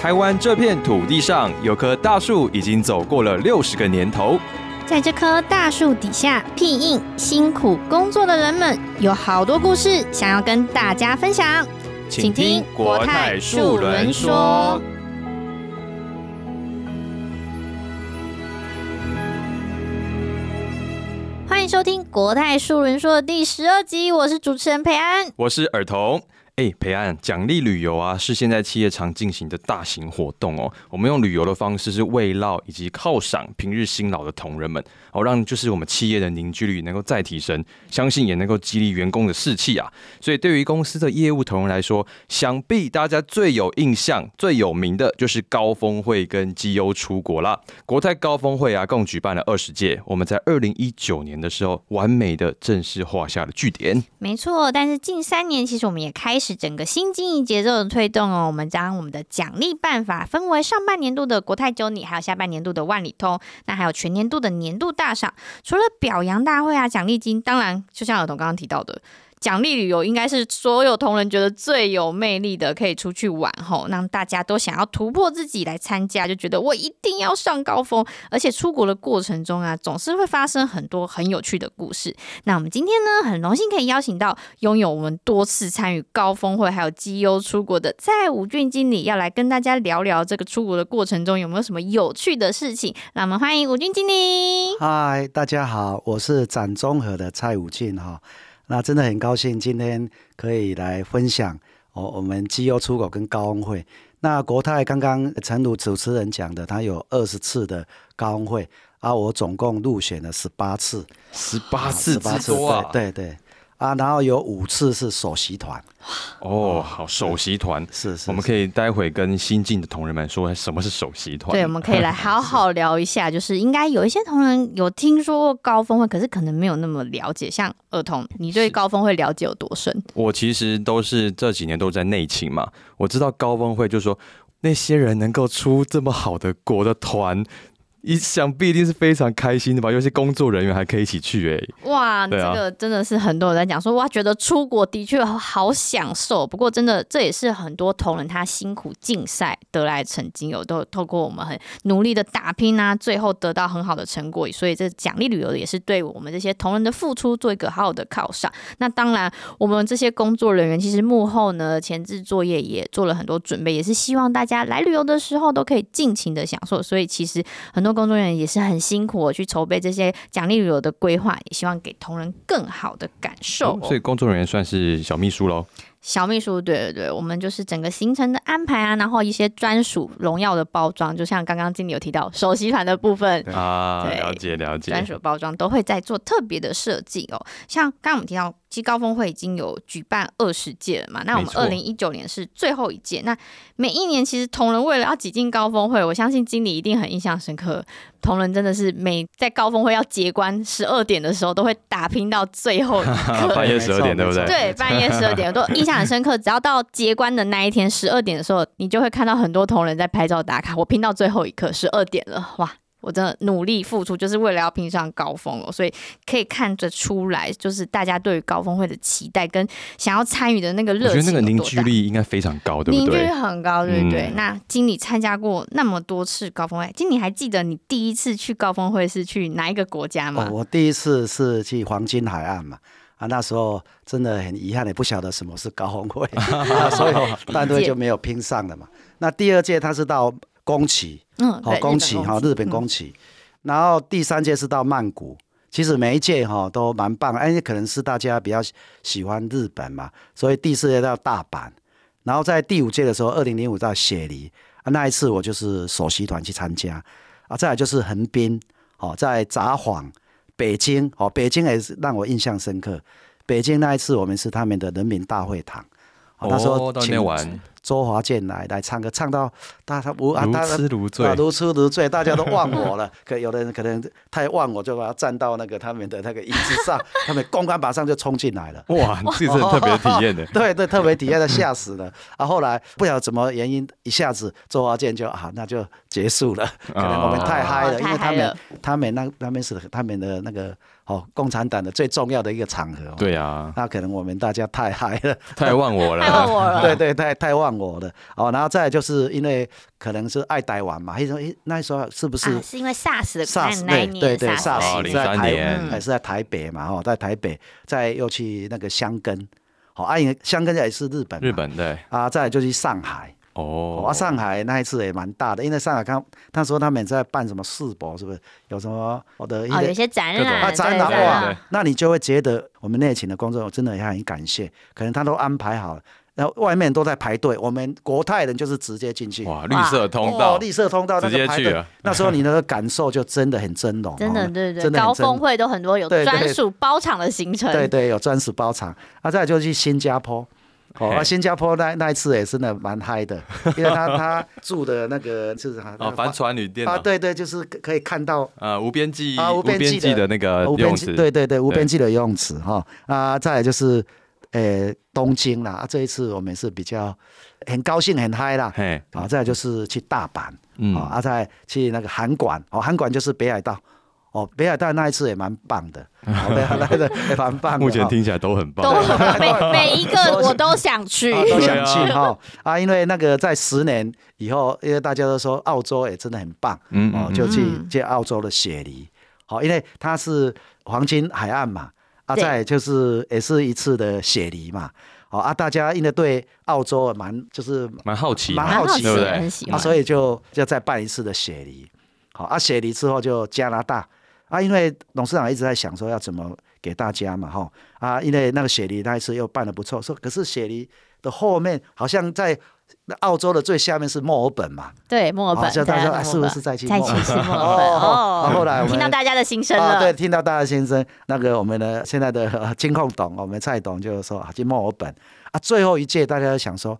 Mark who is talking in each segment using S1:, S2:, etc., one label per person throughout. S1: 台湾这片土地上有棵大树，已经走过了六十个年头。
S2: 在这棵大树底下庇应辛苦工作的人们，有好多故事想要跟大家分享，请听国泰树轮说。欢迎收听《国泰树轮说》的第十二集，我是主持人裴安。
S1: 我是尔彤。哎，培安，奖励旅游啊，是现在企业常进行的大型活动哦。我们用旅游的方式是慰劳以及犒赏平日辛劳的同仁们，哦，让就是我们企业的凝聚力能够再提升，相信也能够激励员工的士气啊。所以对于公司的业务同仁来说，想必大家最有印象、最有名的就是高峰会跟绩优出国啦。国泰高峰会啊，共举办了二十届，我们在二零一九年的时候，完美的正式画下了句点。
S2: 没错，但是近三年其实我们也开始整个新经营节奏的推动哦。我们将我们的奖励办法分为上半年度的国泰九里，还有下半年度的万里通，那还有全年度的年度大赏。除了表扬大会啊、奖励金，当然就像儿童刚刚提到的。奖励旅游应该是所有同仁觉得最有魅力的，可以出去玩吼，让大家都想要突破自己来参加，就觉得我一定要上高峰。而且出国的过程中啊，总是会发生很多很有趣的故事。那我们今天呢，很荣幸可以邀请到拥有我们多次参与高峰会还有绩优出国的蔡武俊经理，要来跟大家聊聊这个出国的过程中有没有什么有趣的事情。让我们欢迎武俊经理。
S3: 嗨，大家好，我是展中和的蔡武进哈。那真的很高兴今天可以来分享哦，我们绩优出口跟高峰会。那国泰刚刚陈如主持人讲的，他有二十次的高峰会啊，我总共入选了十八次，
S1: 十
S3: 啊
S1: 八啊次
S3: 18
S1: 之多啊！
S3: 对对对啊，然后有五次是首席团，
S1: 哦，好，首席团，
S3: 是是，
S1: 我们可
S3: 以
S1: 以待会跟新进的同仁们说什么是首席团。
S2: 对，我们可以来好好聊一下，就是应该有一些同仁有听说过高峰会，可是可能没有那么了解。像儿童，你对高峰会了解有多深？
S1: 我其实都是这几年都在内勤嘛，我知道高峰会就说那些人能够出这么好的国的团。一想必一定是非常开心的吧，尤其是工作人员还可以一起去哎、
S2: 哇，
S1: 对啊
S2: 这个真的是很多人在讲说，哇，觉得出国的确好享受。不过真的，这也是很多同仁他辛苦竞赛得来的成绩，有都透过我们很努力的打拼啊，最后得到很好的成果。所以这奖励旅游也是对我们这些同仁的付出做一个好好的犒赏。那当然，我们这些工作人员其实幕后呢前置作业也做了很多准备，也是希望大家来旅游的时候都可以尽情的享受。所以其实很多工作人员也是很辛苦哦去筹备这些奖励旅游的规划，也希望给同仁更好的感受、哦
S1: 嗯所以工作人员算是小秘书喽。
S2: 小秘书，对对对，我们就是整个行程的安排啊，然后一些专属荣耀的包装，就像刚刚经理有提到首席团的部分，
S1: 啊，
S2: 对
S1: 了解了解
S2: 专。属包装都会在做特别的设计哦。像刚刚我们提到，其实高峰会已经有举办二十届了嘛，那我
S1: 没
S2: 们
S1: 错
S2: 二零一九年是最后一届。那每一年其实同仁为了要挤进高峰会，我相信经理一定很印象深刻。同仁真的是每在高峰会要结关十二点的时候，都会打拼到最后一刻。
S1: 半夜十二点对不对？
S2: 对，半夜十二点，我都印象很深刻。只要到结关的那一天，十二点的时候，你就会看到很多同仁在拍照打卡。我拼到最后一刻，十二点了，哇！我真的努力付出，就是为了要拼上高峰哦，所以可以看得出来，就是大家对于高峰会的期待跟想要参与的那个
S1: 我
S2: 热
S1: 觉
S2: 情
S1: 得那
S2: 有多大，
S1: 个凝聚力应该非常高，对
S2: 凝
S1: 不
S2: 聚力
S1: 对？
S2: 很高，对不对？
S1: 嗯
S2: 那经理参加过那么多次高峰会，经理还记得你第一次去高峰会是去哪一个国家吗
S3: 哦，？我第一次是去黄金海岸嘛。啊，那时候真的很遗憾，也不晓得什么是高峰会，啊、所以大队就没有拼上了嘛。那第二届他是到宫崎，
S2: 嗯，
S3: 好、
S2: 对，
S3: 宫
S2: 日
S3: 崎
S2: 本嗯
S3: 哈，日本宫崎。然后第三届是到曼谷，其实每一届哈、都蛮棒，哎，可能是大家比较喜喜欢日本嘛，所以第四届到大阪，然后在第五届的时候，二零零五到雪梨、啊，那一次我就是首席团去参加，啊，再来就是横滨，哦，在札幌、北京，哦，北京也是让我印象深刻。北京那一次我们是他们的人民大会堂，哦、那时候
S1: 哦到那
S3: 请
S1: 边玩，哦
S3: 周华健来来唱歌，唱到大家无啊，
S1: 如
S3: 大家
S1: 痴如醉
S3: 啊，如痴如醉，大家都忘 我了。可有的人可能太忘我，就把他站到那个他们的那个椅子上，他们公关马上就冲进来了。
S1: 哇，这是很特别的体验的。
S3: 对对，特别体验的吓 死了。啊，后来不晓得怎么原因，一下子周华健就啊，那就
S1: 啊
S3: 结束了。可能我们太嗨了，
S2: 哦
S3: 因
S2: 太
S3: 为
S2: 嗨
S3: 他
S2: 了
S3: 们他们那那边是他们的那个哦共产党的最重要的一个场合、哦。，
S1: 对啊，
S3: 那可能我们大家太嗨 了，
S1: 太忘我
S2: 太
S1: 了。
S2: 问 我了。
S3: 对对，太太忘我了哦。然后再来就是因为可能是爱台湾嘛，那时候诶那时候是不是
S2: 啊，是因为 SARS 的感染
S3: SARS
S2: 那一
S3: 对
S2: 年
S3: 对对
S2: SARS
S1: 哦
S3: SARS
S1: 03
S3: 在台
S1: 年
S3: 哎是在台北嘛哦，在台北，再又去那个香根，好、哦，啊，因为香根也是日本嘛，
S1: 日本对
S3: 啊，再来就去上海。
S1: 哦
S3: 哦，啊，上海那一次也蛮大的，因为上海刚他说他们在办什么世博，是不是有什么我的一
S2: 哦，有一
S3: 些
S2: 些展
S1: 各种
S2: 览
S3: 啊
S2: 对
S3: 展览
S1: 对
S3: 哇
S1: 对？
S3: 那你就会觉得我们内勤的工作，我真的也很感谢，可能他都安排好了，然后外面都在排队，我们国泰人就是直接进去，
S1: 哇，绿色通道
S3: 哦，绿色通道那
S1: 直接
S3: 个排
S1: 去
S3: 队
S1: 了，
S3: 那时候你那个感受就真的很真容，
S2: 真
S3: 哦
S2: 的对对，
S3: 真的
S2: 高
S3: 很真
S2: 峰会都很多有
S3: 对对
S2: 专属包场的行程，
S3: 对对，有专属包场。啊，再来就去新加坡。哦，啊
S1: 嘿
S3: 新加坡那那一次也真的蛮嗨的，因为他 他住的那个就是他
S1: 哦，帆船旅店
S3: 啊，
S1: 啊，
S3: 对对，就是可可以看到
S1: 呃，无边际
S3: 啊无
S1: 无
S3: 边
S1: 边
S3: 际
S1: 际
S3: 的哦
S1: 的那个
S3: 无边
S1: 呃泳
S3: 际，
S1: 池，
S3: 对对对，无
S1: 对
S3: 边际的游泳池哈、啊，再来就是呃东京啦，啊这一次我们是比较很高兴很嗨啦，
S1: 嘿，
S3: 啊，再来就是去大阪，
S1: 嗯
S3: 哦，啊，再去那个韩馆，哦，韩馆就是北海道，哦，北海道那一次也蛮棒的，哦、北海道的也蛮棒的，
S1: 目前
S3: 哦
S1: 听起来都很棒，
S2: 都很每每一个我都想去。
S3: 啊，都
S1: 对
S3: 想
S1: 啊
S3: 去哈啊，因为那个在十年以后，因为大家都说澳洲也真的很棒，
S1: 嗯
S3: 哦
S1: 嗯，
S3: 就去
S2: 嗯
S3: 去澳洲的雪梨，好、因为它是黄金海岸嘛，啊，
S2: 对
S3: 再就是也是一次的雪梨嘛，好、啊，大家因为对澳洲蛮就是
S1: 蛮好奇嘛，
S3: 蛮好奇
S1: 对不
S3: 的
S1: 对
S2: 很？喜
S3: 啊，
S2: 欢。
S3: 所以就就再办一次的雪梨，好啊，雪梨之后就加拿大啊，因为董事长一直在想说要怎么给大家嘛，哈啊，因为那个雪梨那一次又办的不错，说可是雪梨的后面好像在澳洲的最下面是墨尔本嘛，
S2: 对墨尔
S3: 好
S2: 本，
S3: 像
S2: 对
S3: 大家说
S2: 墨尔
S3: 哎
S2: 本
S3: 是不是在去
S2: 在
S3: 墨尔本
S2: 去墨尔本？
S3: 啊后
S2: 哦，
S3: 来我们
S2: 听到大家的心声
S3: 啊，
S2: 了。
S3: 对，听到大家先生那个我们的现在的呃金控董，我们蔡董就是说啊，去墨尔本啊，最后一届大家都想说。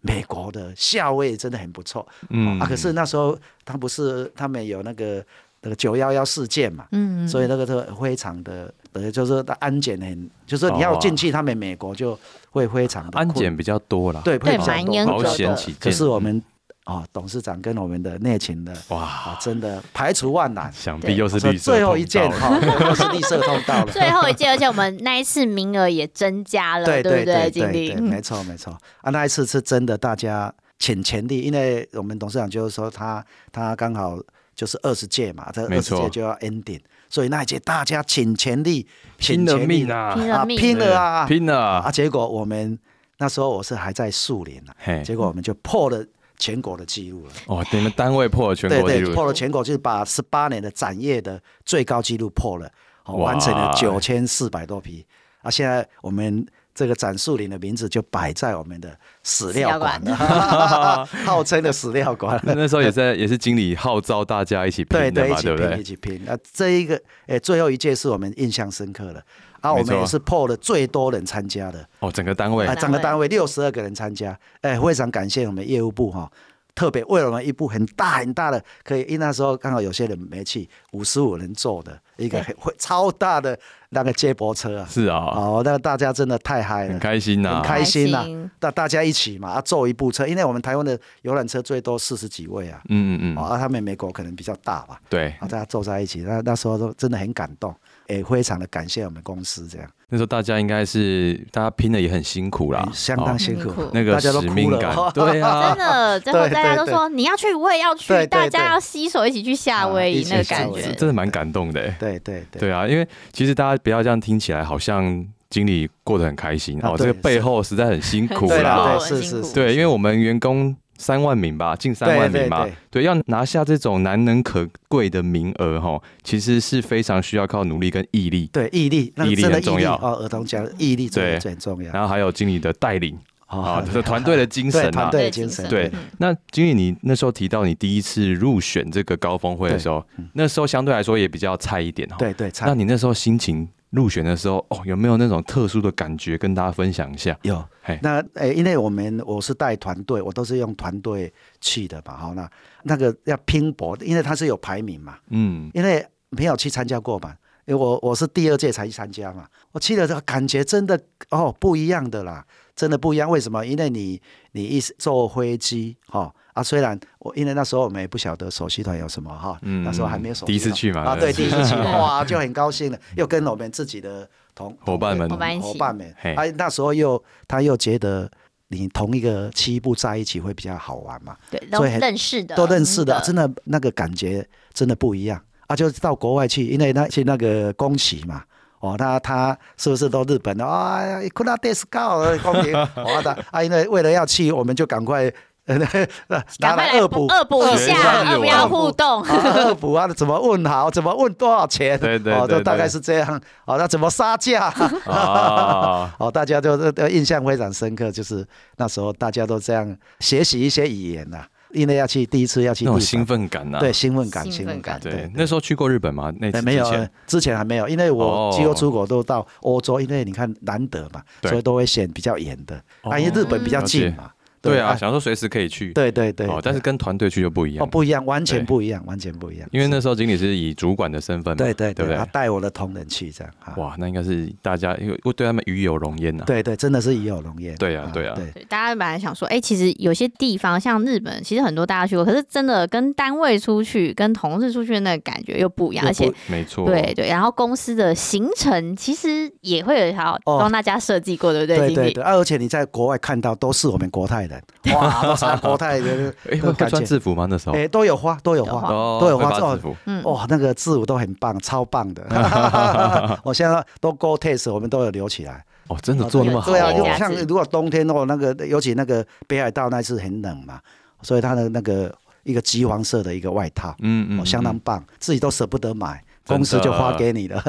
S3: 美国的夏威夷真的很不错，
S1: 嗯
S3: 啊，可是那时候他不是他们有那个那个九幺幺事件嘛，
S2: 嗯，
S3: 所以那个是非常的，呃，就是说安检很，就是说你要进去他们美国就会非常的困
S1: 哦安检比嗯较多啦，
S3: 对会
S2: 对
S3: 比较
S2: 蛮
S3: 多
S2: 严
S1: 保
S2: 格
S1: 险
S2: 的。
S1: 起
S3: 可
S1: 见，
S3: 是我们哦，董事长跟我们的内勤的
S1: 哇，
S3: 啊，真的排除万难，
S1: 想
S2: 对
S1: 必又是
S3: 啊所
S1: 绿
S3: 以
S1: 色
S3: 最后一件
S1: 通道了
S3: 哈，又是绿色通道了。
S2: 最后一届，而且我们那一次名额也增加了，
S3: 对
S2: 不
S3: 对
S2: 经理嗯
S3: 对，？没错没错啊，那一次是真的，大家请全力，因为我们董事长就是说他他刚好就是二十届嘛，这
S1: 没
S3: 二十
S1: 错
S3: 届就要 ending，所以那一届大家请全力，
S1: 拼
S3: 请
S1: 了
S3: 全力
S1: 命啊，
S2: 拼了
S3: 啊，
S2: 命
S3: 拼了啊
S1: 拼了
S3: 啊！
S1: 啊，
S3: 结果我们那时候我是还在树林啊，
S1: 嘿，
S3: 结果我们就破了全国的记录了。
S1: 哦，你们单位破了全
S3: 对
S1: 国纪
S3: 对，
S1: 录，
S3: 破了全国，就是把十八年的展业的最高纪录破了，哦、
S1: 哇
S3: 完成了九千四百多批。啊，现在我们这个展树林的名字就摆在我们的史料馆
S2: 史料
S3: 了，号称的史料馆。
S1: 那时候也 在也是经理号召大家一起拼
S3: 对
S1: 的
S3: 对，一
S1: 嘛，
S3: 起
S1: 对
S3: 拼
S1: 不
S3: 一
S1: 对？
S3: 起拼。啊，这一个诶，最后一届是我们印象深刻的，啊，我
S1: 没
S3: 们
S1: 错
S3: 也是破了最多人参加的，
S1: 哦，整个单位
S3: 啊，整个
S2: 单
S3: 单位六十二个人参加，哎，非常感谢我们业务部哈、特别为了我们一部很大很大的，可以因为那时候刚好有些人没去，五十五人坐的一个
S2: 对
S3: 很 会超大的那个接驳车啊，
S1: 是啊，
S3: 哦，那个大家真的太嗨
S1: 很
S3: 了。
S1: 开心啊呐
S3: 很，开心呐、啊
S2: 开心
S3: 大大家一起嘛，啊，坐一部车，因为我们台湾的游览车最多四十几位啊，
S1: 嗯嗯
S3: 哦
S1: 嗯，
S3: 啊，他们美国可能比较大吧，
S1: 对，
S3: 啊，大家坐在一起，那那时候都真的很感动，也非常的感谢我们公司这样，
S1: 那时候大家应该是大家拼的也很辛苦啦，
S3: 哎相当
S1: 哦
S3: 辛
S2: 辛
S3: 苦
S2: 苦，
S1: 那个
S3: 大家都
S1: 使
S3: 哭
S1: 命
S3: 了
S1: 感
S3: 哦，
S1: 对啊
S2: 真，的，最后
S3: 对
S2: 大家都
S3: 对
S2: 说你要去，我也要去，
S3: 对对
S2: 大
S3: 对
S2: 家要携手一起去夏威夷
S3: 啊
S2: 那个
S3: 一起去
S2: 感
S3: 夏威夷
S2: 觉
S1: 是。真的蛮感动的欸。
S3: 对对对。
S1: 对啊，因为其实大家不要这样听起来，好像经理过得很开心
S3: 啊
S1: 哦，这
S3: 对
S1: 个背后实在很辛苦
S3: 对
S1: 啦
S3: 啦，
S2: 很
S3: 对是
S2: 辛
S3: 是
S2: 苦
S3: 是
S1: 对，因为我们员工三万名吧，近三万名嘛
S3: 对对，
S1: 对，要拿下这种难能可贵的名额哈，其实是非常需要靠努力跟毅力，
S3: 对毅力，那个
S1: 毅力
S3: 真的
S1: 很重要
S3: 哦，儿童讲毅力真
S1: 对
S3: 的最重要。
S1: 然后还有经理的带领啊，
S3: 哦
S1: 这是团队的精
S3: 对
S1: 神
S3: 团
S1: 啊。
S3: 队的
S2: 对精
S3: 精
S2: 神
S3: 神，嗯
S1: 对，那经理，你那时候提到你第一次入选这个高峰会的时候，那时候相对来说也比较菜一点哈。
S3: 嗯对对，差
S1: 那你那时候心情入选的时候，哦，有没有那种特殊的感觉跟大家分享一下？
S3: 有
S1: 嘿。
S3: 那诶、因为我们我是带团队，我都是用团队去的嘛，好，那那个要拼搏，因为它是有排名嘛，
S1: 嗯，
S3: 因为没有去参加过嘛，因为我我是第二届才去参加嘛，我去了之后感觉真的哦不一样的啦，真的不一样。为什么？因为你你一坐飞机哈、哦啊，虽然我因为那时候我们也不晓得手续团有什么哈、
S1: 嗯
S3: 那时候还没有手续团
S1: 第一次去嘛
S3: 啊，对，第
S1: 对
S3: 一次 去哇，就很高兴了，又跟我们自己的同
S1: 伙伴们
S2: 伙伴一起
S3: 伙伴们
S1: 嘿，
S3: 哎，那时候又他又觉得你同一个区部在一起会比较好玩嘛，
S2: 对，都
S3: 所以很
S2: 认识的，嗯
S3: 都认识的，真
S2: 的，
S3: 的那个感觉真的不一样啊！就是到国外去，因为那去那个宫崎嘛，哦，那他是不是都日本的啊？库拉德斯高宫 崎，我的啊，因为为了要去，我们就赶快。呃拿
S2: 赶快
S3: 来
S2: 来
S3: 恶补，
S2: 恶补一
S1: 学一下
S2: 下，
S1: 日
S2: 二
S1: 文
S2: 不要互动。
S3: 啊，二补啊，怎么问好？怎么问多少钱？
S1: 对对
S3: 哦，
S1: 对
S3: 就大概
S1: 对
S3: 是这样。哦，那怎么杀价？
S1: 啊，
S3: 哦，大家都都印象非常深刻，就是那时候大家都这样学习一些语言呐、啊因为要去第一次要去
S1: 那
S3: 地
S1: 种
S3: 方
S1: 兴奋感呐、啊
S3: 对，兴奋感，
S2: 兴
S3: 兴
S2: 奋
S3: 奋
S2: 感
S3: 感，
S1: 对
S3: 对，，
S1: 那时候去过日本吗？那次
S3: 哎没有
S1: 之前，
S3: 之前还没有，因为我
S1: 哦
S3: 几乎出国都到欧洲，因为你看难得嘛，
S1: 对
S3: 所以都会选比较远的，
S1: 哦
S3: 啊，因为日本比较近嘛，
S1: 对啊，
S3: 哎
S1: 想说随时可以去，
S3: 对对对
S1: 哦，，但是跟团队去就不一
S3: 哦
S1: 样，
S3: 不一样，完全
S1: 对
S3: 不一样，完全不一样，
S1: 因为
S3: 是
S1: 那时候经理是以主管的身份嘛，
S3: 对对
S1: 对不
S3: 对，
S1: 对
S3: 他？带我的同仁去这样啊，
S1: 哇，那应该是大家因为我对他们与有荣焉啊呐、
S3: 对对，真的是已有荣焉，
S1: 对啊对啊
S3: 对
S2: 对，大家本来想说，哎、其实有些地方像日本，其实很多大家去过，可是真的跟单位出去、跟同事出去的那个感觉又不一样，
S3: 又
S2: 而且
S3: 不
S1: 没错，
S2: 对对，然后公司的行程其实也会有好帮大家设计过，对不对？
S3: 哦对
S2: 经
S3: 对
S2: 理
S3: 对，啊而且你在国外看到都是我们国泰人， 哇，都穿国泰的
S1: 哎，
S3: 那
S1: 会
S3: 个
S1: 会
S3: 感
S1: 穿
S3: 觉，
S1: 制服吗？那时候
S3: 哎，都有花，都有
S2: 有
S3: 花
S2: 花，
S1: 哦，
S3: 都有
S1: 会
S3: 花
S1: 发
S3: 哦
S1: 制服，
S2: 嗯，
S3: 哇、那个字舞都很棒，超棒的！ 我现在都 Go Test，我们都有留起来。
S1: 哦，真的做那么好、哦，
S3: 对啊，
S2: 有
S3: 就
S2: 价
S3: 像
S2: 值
S3: 如果冬天哦，那个尤其那个北海道那次很冷嘛，所以它的那个一个橘黄色的一个外套，
S1: 嗯嗯
S3: 哦，相当棒，自己都舍不得买，
S1: 真的啊
S3: 公司就发给你 了。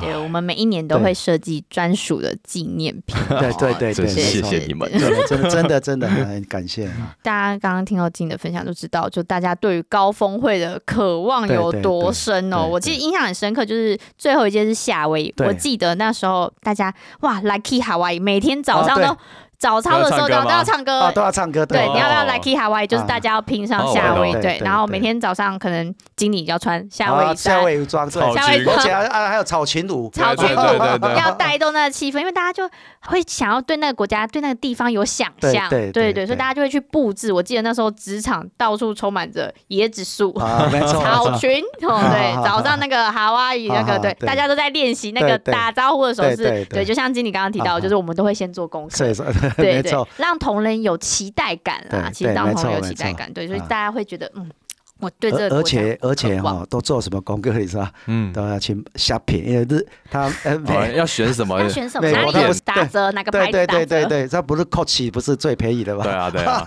S2: 对，我们每一年都
S3: 对
S2: 会设计专属的纪念品。
S3: 对对对对，
S1: 真是
S3: 没
S1: 谢
S3: 错
S1: 谢你们。
S3: 对真的真的真的很感谢 啊！
S2: 大家刚刚听到静的分享就知道，就大家对于高峰会的渴望
S3: 对
S2: 有
S3: 对
S2: 多
S3: 对
S2: 深哦。
S3: 对
S2: 我其实印象很深刻，就是最后一届是夏威夷，
S3: 对
S2: 我记得那时候大家哇，Lucky Hawaii，每天早上
S3: 哦对
S2: 都早操的时候
S1: 都
S2: 都
S1: 要唱歌吗
S2: 要唱歌
S3: 啊，都。要唱歌，
S2: 对，你要不要
S1: 哦
S2: Lucky Hawaii？就是
S3: 啊
S2: 大家要拼上
S1: 哦我
S2: 夏威夷，
S3: 懂
S2: 对
S3: 对，对
S2: 然后
S3: 对
S2: 每天早上可能经理要穿夏威
S3: 啊
S2: 夷衫
S3: 夏，威夷 装，对
S1: 草
S2: 夏威夷
S1: 裙
S3: 而且
S2: 装。
S3: 还啊还有草裙舞，
S2: 草裙
S1: 对对对对
S2: 舞
S1: 对
S2: 要带动那个气氛，因为大家就会想要对那个国家、对那个地方有想象，
S3: 对对对
S2: 所以
S3: 对
S2: 大家就会去布置。我记得那时候职场到处充满着椰子树、
S3: 啊，没错，没
S2: 草
S3: 错
S2: 裙，哦，
S3: 好
S2: 对，
S3: 好
S2: 早上那 个哈哇语那
S3: 好
S2: 个，
S3: 好
S2: 对，
S3: 啊对
S2: 大家都在练习那个
S3: 对对
S2: 打招呼的手
S3: 对
S2: 势
S3: 对，对
S2: 对，就像经理刚刚提到，
S3: 好
S2: 就是我们都会先做功课
S3: 所。以说
S2: 对 对
S3: 没错，，
S2: 让同仁有期待感啦，
S3: 对
S2: 其实
S3: 对
S2: 让
S3: 没
S2: 同仁有
S3: 错
S2: 期
S3: 没
S2: 待
S3: 错
S2: 感，对，所以
S3: 啊
S2: 大家会觉得，嗯，我对这个
S3: 而
S2: 国
S3: 而
S2: 家
S3: 且而且
S2: 渴望
S3: 哈，都做什么功课？你知道，
S1: 嗯，
S3: 都要去 shopping，因为日他 呃
S1: 哦
S3: 美。
S1: 要选什么？
S2: 要选什么
S3: 美
S2: 哪
S1: 国
S2: 里
S1: 它
S2: 有
S1: 不
S3: 是
S2: 打折，哪个牌子
S3: 对对
S2: 打
S3: 对对
S2: 折，
S3: 对，这不是 Coach 不是最便宜的吗？
S1: 对啊对啊，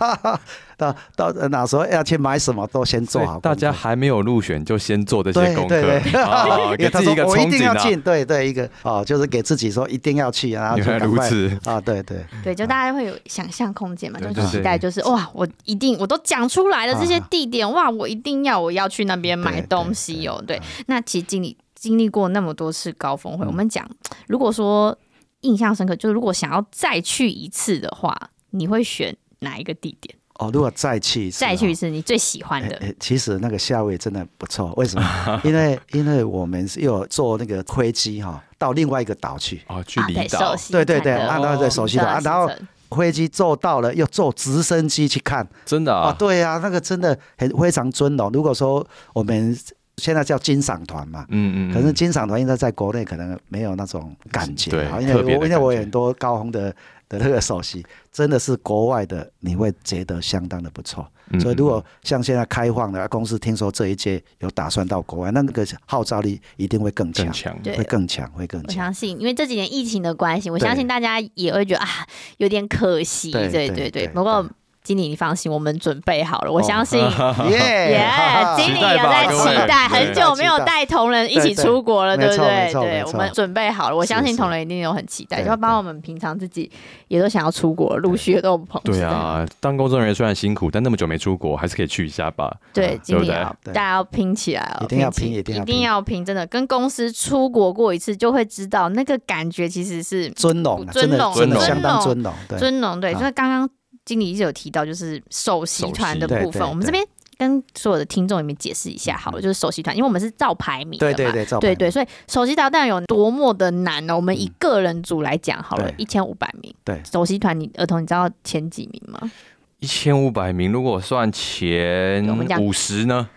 S3: 到到呃哪时候要去买什么都先 做好功课，
S1: 大家还没有入选就先做这些
S3: 对
S1: 功
S3: 对
S1: 课，
S3: 对
S1: 啊，
S3: 因
S1: 给
S3: 为他
S1: 自己
S3: 说
S1: 一个
S3: 我
S1: 憧
S3: 一定
S1: 憬
S3: 要
S1: 啊。
S3: 进，对对，一个哦，就是给自己说一定要去，然后就
S1: 原来
S3: 赶
S1: 如
S3: 快
S1: 此，
S3: 啊，对对
S2: 对，就大家会有想象空间嘛，
S1: 对
S2: 就
S1: 对
S2: 是期待，就是哇，我一定我都讲出来了这些地点，哇，我一定要我要去那边买东西哦。对，那其实经历经历过那么多次高峰会，我们讲，如果说印象深刻，就是如果想要再去一次的话，你会选哪一个地点？
S3: 哦，如果再去一次
S2: 再去
S3: 哦
S2: 一次你最喜欢
S3: 哎
S2: 的？
S3: 哎，其实那个夏威夷真的不错，为什 么？因为因为我们是有坐那个飞机哈，到另外一个岛去，
S1: 哦，去
S2: 啊
S1: 离
S2: 对
S1: 岛
S2: 熟，悉
S3: 对对对
S2: 看的哦
S1: 啊对对
S3: 熟悉的啊然后
S2: 行程
S3: 飞机坐到了，又坐直升机去看
S1: 真的
S3: 啊
S1: 啊，
S3: 对呀、那个真的很非常尊哦荣。如果说我们现在叫金赏团嘛，
S1: 嗯嗯，
S3: 可是金赏团应该在国内可能没有那种感觉啊，
S1: 对
S3: 因为
S1: 特别的
S3: 我因为我
S1: 感觉
S3: 有很多高红的的那个首席，真的是国外的，你会觉得相当的不错。
S1: 嗯
S3: 所以如果像现在开放了，公司听说这一届有打算到国外，那那个号召力一定会更强
S1: 更，强，
S2: 对
S3: 会更强，会更
S2: 我
S3: 强。
S2: 相信，因为这几年疫情的关系，我
S3: 对
S2: 相信大家也会觉得啊，有点可惜。对
S3: 对
S2: 对
S3: 对
S2: 对
S3: 对
S2: 不过
S3: 对
S2: 经理，你放心，我们准备好了。我
S3: 哦
S2: 相信，
S3: 耶
S2: 耶，经 理
S1: 期待
S2: 有
S1: 吧
S2: 在
S1: 各
S2: 期
S1: 位
S2: 待，
S1: 对
S2: 很久没有带同仁一起出国了，对
S3: 对
S2: 不
S3: 对
S2: 对？
S3: 没错没错
S2: 对
S3: 没，错
S2: 我们准备好了，我相信
S3: 是
S2: 同仁一定有很期待，
S3: 对
S2: 就包括我们平常自己也都想要出国，陆续都有朋友
S1: 对，啊，当工作人员虽然辛苦，但那么久没出国，还是可以去一下吧。
S2: 对，经
S1: 对
S2: 理
S1: 不对
S2: 要大
S3: 对
S2: 家要拼起来哦，
S3: 一定要
S2: 起
S3: 拼一定要
S2: 一
S3: 拼
S2: 定要拼，真的跟公司出国过一次就会知道那个感觉其实是
S3: 尊荣啊，真的
S1: 尊
S3: 真
S1: 荣
S3: 的相当
S2: 尊
S3: 尊荣，对。
S2: 尊龙对，
S3: 啊
S2: 就是刚刚经理一直有提到，就是首席团的
S1: 首
S3: 席
S2: 部分，
S3: 对对嗯
S2: 我们这边跟所有的听众里面解释一下好了，就是首席团，因为我们是照排名的
S3: 对
S2: 嘛，
S3: 对对，照
S2: 对
S3: 排
S2: 对，所以首席导弹有多么的难呢、我们以个人组来讲好了，一
S3: 对
S2: 千五百名。
S3: 对
S2: 首席团你儿童你知道前几名吗？
S1: 一千五百名，如果算前
S2: 我们讲
S1: 五十呢，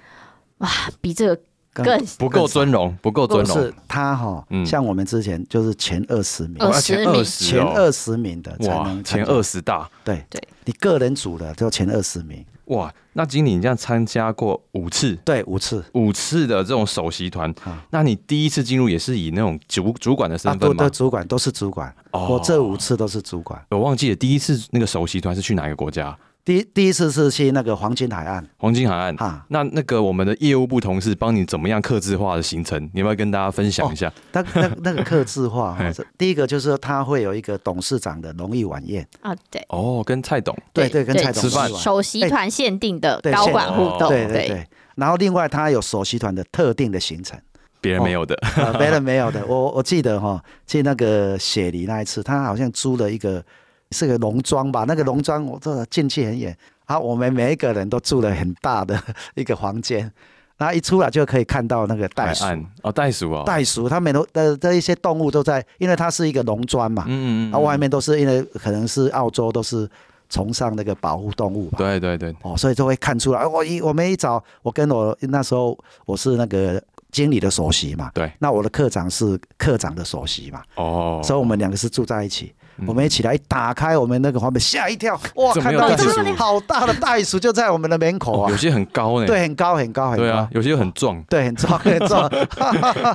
S2: 比这个更
S1: 不够尊荣，不够尊
S3: 就
S1: 荣
S3: 是，他哈
S1: 嗯，
S3: 像我们之前就是前二十名，
S2: 二
S1: 我要
S2: 十
S1: 前
S2: 名
S1: 二
S3: 前
S1: 十哦，
S3: 二十名的才
S1: 哇
S3: 能，参
S1: 前
S3: 加
S1: 二十大，
S3: 对
S2: 对，
S3: 你个人组的就前二十名，
S1: 哇，那经理你这样参加过五次。
S3: 对，五次
S1: 五次的这种首席团
S3: 啊，
S1: 那你第一次进入也是以那种主主管的
S3: 啊，
S1: 身
S3: 都
S1: 份吗
S3: 都？主管都是主管，
S1: 哦
S3: 我这五次都是主管。
S1: 我忘记了，第一次那个首席团是去哪个国家？
S3: 第一第一次是去那个黄金海岸
S1: 黄金海岸。
S3: 哈，
S1: 那那个我们的业务部同事帮你怎么样克制化的行程，你要不要跟大家分享一下？
S3: 那那那个客制化哈
S1: 嘿，
S3: 是第一个就是说他会有一个董事长的荣誉晚宴，
S2: 啊，对
S1: 哦，跟蔡董
S3: 对对，跟蔡董
S1: 吃
S3: 事
S1: 饭
S3: 长
S2: 首席团限定的
S3: 对
S2: 高管互动，
S1: 限
S3: 对对对。然后另外他有首席团的特定的行程，
S1: 别人没有的，
S3: 呃，没了没有的。我我记得哈、去那个雪梨那一次，他好像租了一个是个农庄吧，那个农庄我这进去很远啊，我们每一个人都住了很大的一个房间，然后一出来就可以看到那个
S1: 海
S3: 袋鼠，
S1: 岸哦，袋鼠哦，
S3: 袋鼠它们都的这一些动物都在，因为它是一个农庄嘛，
S1: 嗯嗯嗯，
S3: 啊，外面都是因为可能是澳洲都是崇尚那个保护动物吧。
S1: 对对对，
S3: 哦，所以就会看出来。我一我们一早，我跟我那时候我是那个经理的首席嘛，
S1: 对
S3: 那我的课长是课长的首席嘛，
S1: 哦，
S3: 所以我们两个是住在一起。
S1: 嗯
S3: 我们一起来打开我们那个房门，吓一跳，哇，
S1: 怎么
S3: 看
S1: 有
S3: 到一
S1: 袋
S3: 只
S1: 鼠
S3: 好大的袋鼠就在我们的门口
S1: 哦
S3: 啊
S1: 有，些很高呢，
S3: 对，很高很高很
S1: 对啊
S3: 高，，
S1: 有些很壮，
S3: 对，很重 很
S2: 啊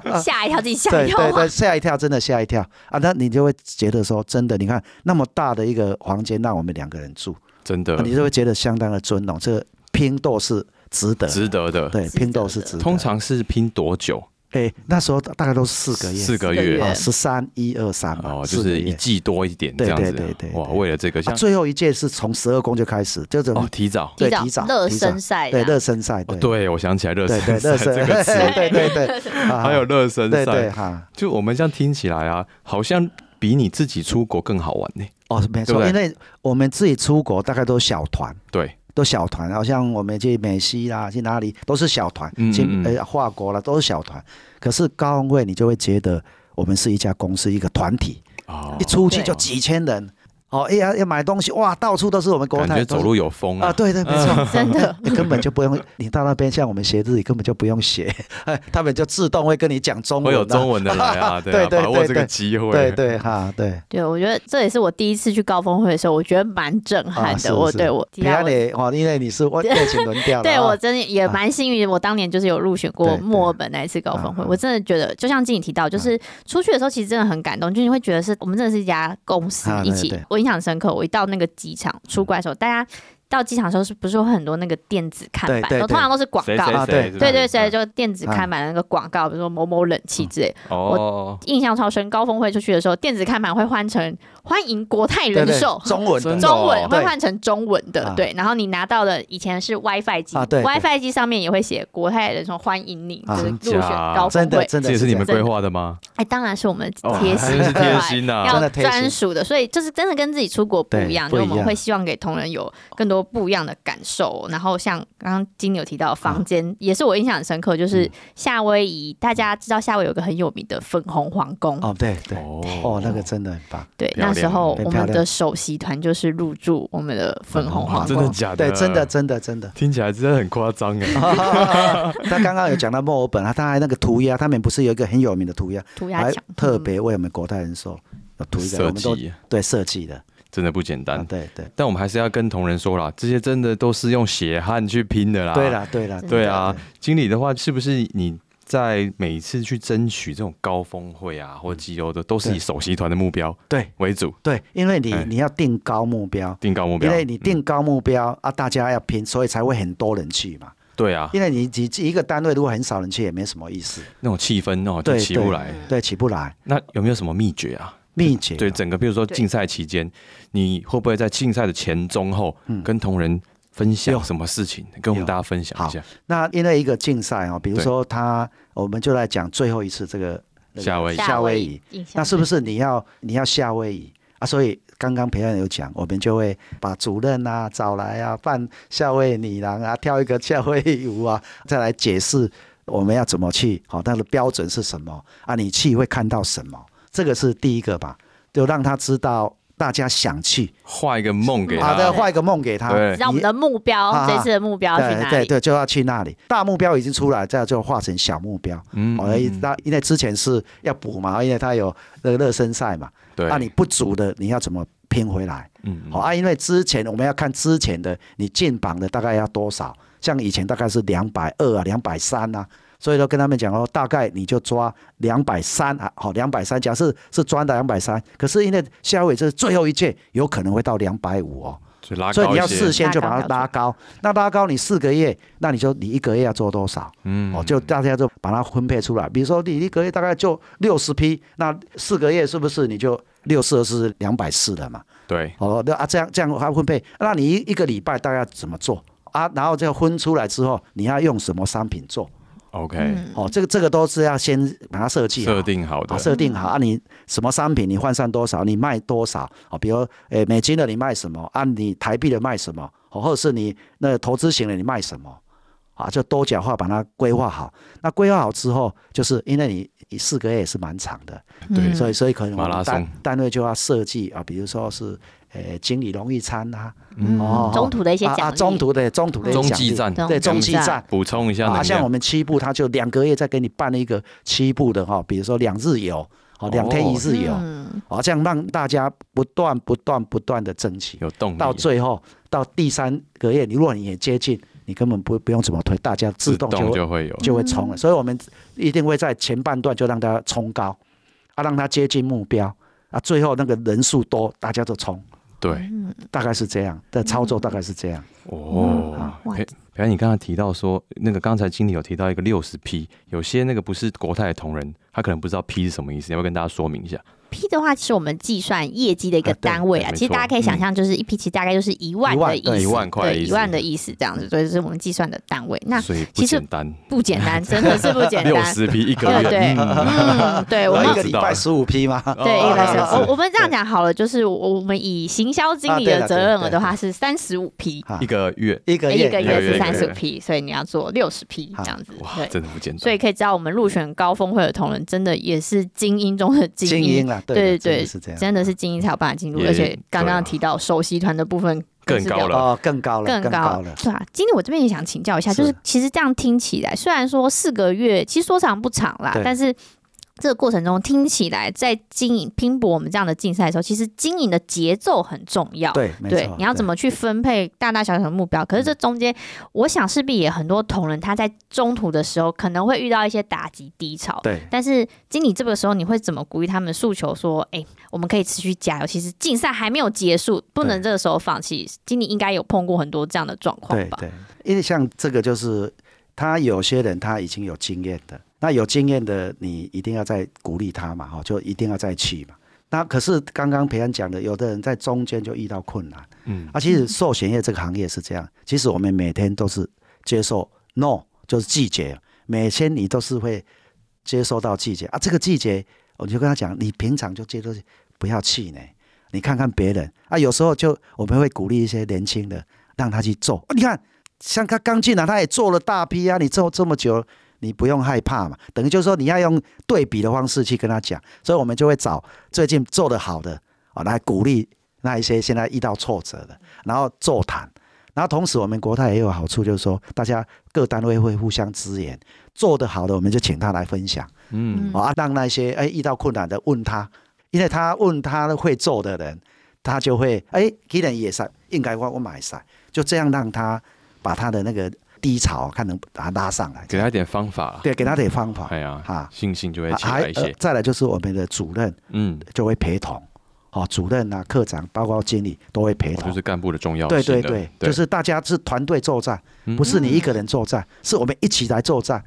S3: 重，
S2: 吓一跳自己吓
S3: 对
S2: 一跳
S3: 对
S2: 啊，
S3: 对，吓一跳，真的吓一跳啊！那你就会觉得说，真的，你看那么大的一个房间让我们两个人住，
S1: 真的
S3: 啊你就会觉得相当的尊荣，这个拼斗是值得的，
S1: 值得的。
S3: 对，
S2: 值
S3: 拼
S2: 得
S3: 斗是
S2: 的
S3: 值得。
S1: 通常是拼多久？
S3: 哎、那时候大概都是四个月，
S1: 四个
S2: 四个月
S1: 月
S3: 啊，十三一二三嘛，
S1: 哦，
S3: 四
S1: 就
S3: 个
S1: 是
S3: 月
S1: 一季多一点这
S3: 对
S1: 样
S3: 对对对
S1: 子。
S3: 对
S1: 哇，为了这个，
S3: 啊，
S1: 像
S3: 最后一届是从十二宫就开始，就怎
S1: 哦
S3: 么
S1: 提早
S3: 对
S2: 提
S3: 提早
S2: 热
S3: 提早
S2: 身赛
S3: 对
S2: 啦，
S3: 热身赛，
S1: 哦，
S3: 对
S1: 对我想起来热身
S3: 对对热
S1: 赛
S3: 身，
S1: 这个词，
S3: 对对对对，啊
S1: 还有热身
S3: 对对
S1: 赛，
S3: 哈，
S1: 就我们这样听起来啊，好像比你自己出国更好玩呢。
S3: 哦，没
S1: 对不
S3: 错，
S1: 对
S3: 因为我们自己出国大概都是小团。
S1: 对，
S3: 都小团，好像我们去美西啦，去哪里都是小团
S1: 嗯，
S3: 去
S1: 嗯嗯
S3: 呃法国啦都是小团。可是高峰会你就会觉得我们是一家公司一个团体，
S1: 哦
S3: 一出去
S2: 对
S3: 就几千人，哦，一要要买东西，哇，到处都是我们国
S1: 感
S3: 泰
S1: 觉
S3: 都是
S1: 走路有风
S3: 啊，
S1: 啊。
S3: 对对，没错，
S2: 真的
S3: 你根本就不用，你到那边像我们学日语根本就不用写，他们就自动会跟你讲中文，
S1: 会有中，文的来啊，对啊，
S3: 对对
S1: 把握这个
S3: 对
S1: 机会，
S3: 对对哈，对。
S2: 对，我觉得这也是我第一次去高峰会的时候，我觉得蛮震撼
S3: 啊
S2: 的。
S3: 是
S2: 我
S3: 是
S2: 对我
S3: 平安你哦，因为你是为为情轮调了，
S2: 对
S3: 啊
S2: 我真的也蛮幸运，我当年就是有入选过
S3: 对对
S2: 墨尔本那一次高峰会，
S3: 啊
S2: 我真的觉得，就像静怡提到，就是出去的时候其实真的很感动，就你会觉得是我们真的是一家公司
S3: 啊
S2: 一
S3: 对
S2: 起
S3: 对，嗯
S2: 我印象深刻，我一到那个机场出关的时候，大家到机场的时候是不是会很多那个电子看
S3: 对
S2: 板，
S3: 对
S2: 都通
S3: 对
S2: 常都是广
S1: 谁
S2: 告。
S1: 谁
S3: 啊
S1: 谁
S3: 对
S1: 是吧，
S2: 对对，所以
S1: 谁
S2: 就电子看板的那个广告，比如说某某冷
S3: 啊
S2: 气之类，
S1: 哦，
S2: 印象超深。高峰会出去的时候，电子看板会换成欢迎国泰
S3: 对
S2: 人
S3: 对
S2: 寿，
S3: 中文
S1: 真
S3: 的
S1: 的
S2: 中文
S1: 哦
S2: 会
S3: 对
S2: 换成中文的，
S3: 啊
S2: 对。然后你拿到了以前是 WiFi 机、
S3: 啊对对
S2: w i f i 机上面也会写国泰人说欢迎你，
S3: 啊
S2: 就是
S1: 真
S2: 入选
S1: 假
S2: 高
S3: 真
S2: 峰
S3: 的
S2: 会。
S3: 真的
S1: 这也是
S3: 这
S1: 你们
S3: 样
S1: 规划的吗？
S2: 哎，当然是我们
S1: 哦
S2: 贴
S1: 真
S2: 心的
S1: 是
S2: 嘛，
S1: 贴心啊 呐
S3: 真
S2: 要
S3: 的贴心
S2: 专属的，所以就是真的跟自己出国不一样，就
S3: 对
S2: 我们
S3: 不一
S2: 会
S3: 样
S2: 希望给同仁有更多不一样的感受。然后像刚刚金牛提到的房间，
S3: 啊
S2: 也是我印象很深刻，
S3: 嗯
S2: 就是夏威夷，大家知道夏威夷有个很有名的粉红皇宫，
S3: 哦，对对，哦
S1: 哦，
S3: 那个真的很棒，
S2: 对，
S1: 漂
S2: 那
S1: 亮
S2: 时候
S3: 很
S2: 我
S3: 漂
S2: 们的
S3: 亮
S2: 首席团就是入住我们的粉红皇
S1: 哇啊
S2: 宫，
S1: 哦真的假的？
S3: 对，真的，真的真的。啊
S1: 听起来真的很夸张哎。
S3: 他刚刚有讲到墨尔本啊，他还那个涂鸦，他们不是有一个很有名的涂鸦，
S2: 涂鸦
S3: 还
S2: 墙
S3: 特别为我们国泰人寿有涂一
S1: 设
S3: 个，我们都
S1: 计
S3: 对设计的，
S1: 真的不简
S3: 啊
S1: 单，
S3: 对对
S1: 但我们还是要跟同仁说啦，这些真的都是用血汗去拼的啦。
S3: 对，啦对啦，
S1: 对啊，经理的话是不是你？在每一次去争取这种高峰会啊，或绩优的，都是以
S3: 对
S1: 首席团的目标
S3: 对
S1: 为主，
S3: 对，因为你
S1: 哎
S3: 你要定高目标，
S1: 定高目
S3: 因
S1: 标。
S3: 为你
S1: 嗯
S3: 定高目标啊，大家要拼，所以才会很多人去嘛。
S1: 对啊，
S3: 因为你你一个单位如果很少人去，也没什么意思，
S1: 那种气氛哦就
S3: 对
S1: 起不来。
S3: 对，起不来，
S1: 那有没有什么秘诀啊？
S3: 密集。
S1: 对整个，比如说竞赛期间，你会不会在竞赛的前、中、后跟同仁分享
S3: 嗯有
S1: 什么事情？跟我们
S3: 有
S1: 大家分享一下。
S3: 那因为一个竞赛哦，比如
S1: 对
S3: 说他，我们就来讲最后一次这个那个
S1: 夏威夷
S3: 夏威夷，
S2: 夷，印象
S3: 那是不
S2: 深
S3: 是你要你要夏威夷啊，所以刚刚培安有讲，我们就会把主任啊找来啊，扮校尉女郎啊，跳一个校尉舞啊，再来解释我们要怎么去，好、它的标准是什么啊？你去会看到什么？这个是第一个吧，就让他知道大家想去，
S1: 画一个梦给
S3: 好
S1: 他，
S3: 的，画一个梦给他，
S1: 对
S2: 让我们的目标，
S3: 啊
S2: 这次的目标去
S3: 对
S2: 哪
S3: 对
S2: 里？
S3: 对，就要去那里。大目标已经出来，这样就化成小目标。
S1: 嗯
S3: 哦，那因为之前是要补嘛，因为他有那个热身赛嘛，
S1: 对，
S3: 那你不足的，你要怎么拼回来？
S1: 嗯，
S3: 好、啊，因为之前我们要看之前的你进榜的大概要多少，像以前大概是两百二啊，两百三啊，所以说跟他们讲哦，大概你就抓两百三啊，好，两百三，假设是抓到两百三，可是因为下尾这是最后一届，有可能会到两百五哦，
S1: 所以拉
S3: 所以
S1: 高
S3: 你要
S1: 一
S3: 事
S1: 些，
S3: 先就把它拉高，那拉高你四个月，那你就你一个月要做多少？
S1: 嗯，
S3: 哦，就大家就把它分配出来。比如说你一个月大概就六十批，那四个月是不是你就六四二是两百四了嘛？
S1: 对，
S3: 好、哦，那啊这样这样还分配，那你一一个礼拜大概要怎么做啊？然后这个分出来之后，你要用什么商品做？
S1: OK，
S3: 哦，这个这个都是要先把它设计好
S1: 设定好
S3: 啊，
S1: 的，
S3: 设定好啊，你什么商品你换算多少，你卖多少啊？比如诶美金的你卖什么，按、你台币的卖什么，哦或者是你那个投资型的你卖什么啊？就多角化把它规划好。那规划好之后，就是因为你你四个月也是蛮长的，
S2: 嗯
S1: 对
S3: 所以所以可能我
S1: 马拉
S3: 们
S1: 松
S3: 单单位就要设计啊，比如说是诶经理荣誉餐啊，
S2: 嗯
S3: 哦
S2: 中途的一些
S3: 啊
S2: 奖
S3: 啊
S2: 励，
S3: 中途的中途的
S1: 中
S3: 奖
S1: 继
S3: 励，
S1: 站
S3: 对中继站。
S1: 补充一下能
S3: 啊，像我
S1: 量，
S3: 们七部，他就两个月再给你办了一站哦七部的哈、比如说两日游，哦，两天一日游，
S2: 嗯，
S3: 哦，这样让大家不断、不断、不断的争取，
S1: 有动力，
S3: 到最后到第三个月，你如果你也接近，你根本不不用怎么推，大家自
S1: 自
S3: 动
S1: 动
S3: 就会
S1: 就会有，
S3: 就会冲了。所以我们一定会在前半段就让大家冲高，啊，让他接近目标，啊，最后那个人数多，大家就冲，
S1: 对，
S2: 嗯
S3: 大概是这样的操作，大概是这样。
S1: 哦，
S2: 哇
S1: 培培安，你刚才提到说，那个刚才经理有提到一个六十 P，有些那个不是国泰的同仁，他可能不知道 P 是什么意思，要不要跟大家说明一下？
S2: P 的话，其实我们计算业绩的一个
S3: 啊对
S2: 单位
S1: 对
S2: 啊，
S1: 没
S2: 其实大家
S1: 错
S2: 可以想
S1: 嗯
S2: 象，就是一批其实大概就是一万
S3: 一万
S2: 的意
S3: 对
S2: 思，
S1: 一万块的
S2: 对
S1: 意
S2: 一
S1: 思
S2: 万的意思这样
S3: 嗯
S2: 子，所以这是我们计算的单位。那
S1: 所以不
S2: 其实
S1: 简单，
S2: 不简 单，真的是不简
S1: 六
S2: 单。
S1: 十 P 一个
S2: 对
S1: 月，
S2: 对，嗯，对我
S1: 那
S2: 们
S1: 有
S3: 一个礼拜十五批吗？
S2: 对，一
S1: 哦
S2: 个
S3: 来
S2: 是
S3: 哦
S2: 我我们这样讲好了，就是我我们以行销经理
S3: 啊对
S2: 的
S3: 了
S2: 责
S3: 对
S2: 任额
S3: 对
S2: 的话
S3: 对
S2: 是三十五批，
S1: 哦一个月，
S3: 一个月，
S2: 哎一个
S1: 一个
S2: 月
S1: 月
S2: 是三十
S1: 一个
S2: 五批，所以你要做六十批这样子。
S1: 哇，
S2: 对，
S1: 真的不简单，
S2: 所以可以知道我们入选高峰会的同仁，真的也是精英中的精
S3: 精
S2: 英
S3: 英。啦，
S2: 对对
S3: 对对，是这样，
S2: 真的是精英才有办法进入，
S1: 也
S2: 而且刚
S1: 对啊
S2: 刚提到首席团的部分更是
S1: 更高
S2: 了
S1: 了
S3: 哦，更高了，
S2: 更高
S3: 了，
S2: 对啊，经理，我这边也想请教一下，就是
S3: 是
S2: 其实这样听起来，虽然说四个月，其实说长不长啦，
S3: 对
S2: 但是这个过程中听起来，在经营拼搏我们这样的竞赛的时候，其实经营的节奏很重要。
S3: 对，没
S2: 对
S3: 错，，
S2: 你要
S3: 对嗯
S2: 怎么去分配大大小小的目标？可是这中间，我想势必也很多同仁他在中途的时候可能会遇到一些打击低潮。
S3: 对？
S2: 但是经理这个时候你会怎么鼓励他们诉求说，哎、我们可以持续加油，其实竞赛还没有结束，不能这个时候放弃。经理应该有碰过很多这样的状况
S3: 对
S2: 吧？
S3: 对，因为像这个就是他有些人他已经有经验的，那有经验的你一定要再鼓励他嘛，哈，就一定要再去嘛。那可是刚刚培安讲的，有的人在中间就遇到困难，
S1: 嗯，
S3: 啊，其实寿险业这个行业是这样，其实我们每天都是接受 no 就是季节，每天你都是会接收到季节啊，这个季节我就跟他讲，你平常就接受，不要气馁，你看看别人啊，有时候就我们会鼓励一些年轻的，让他去做，啊、你看像他刚进来，他也做了大批啊，你做这么久。你不用害怕嘛，等于就是说你要用对比的方式去跟他讲，所以我们就会找最近做得好的啊来鼓励那一些现在遇到挫折的，然后座谈，然后同时我们国泰也有好处，就是说大家各单位会互相支援，做得好的我们就请他来分享，
S1: 嗯，
S3: 哦啊，让那些哎遇到困难的问他，因为他问他会做的人，他就会哎，既然也是应该我我买噻，就这样让他把他的那个低潮看能把他拉上来，
S1: 给他一点方法啦，
S3: 对，给他点方法
S1: 哎呀
S3: 啊，
S1: 信心就会
S3: 啊
S1: 起来一
S3: 呃
S1: 些，
S3: 再来就是我们的主任
S1: 嗯，
S3: 就会陪同，哦，主任啊、科长，包括经理都会陪
S1: 哦
S3: 同
S1: 就。是干部的重要
S3: 对
S1: 性
S3: 呃对
S1: 的嗯
S3: 对，就是大家是团队作战，不是你一个人作战，是我们一起来作战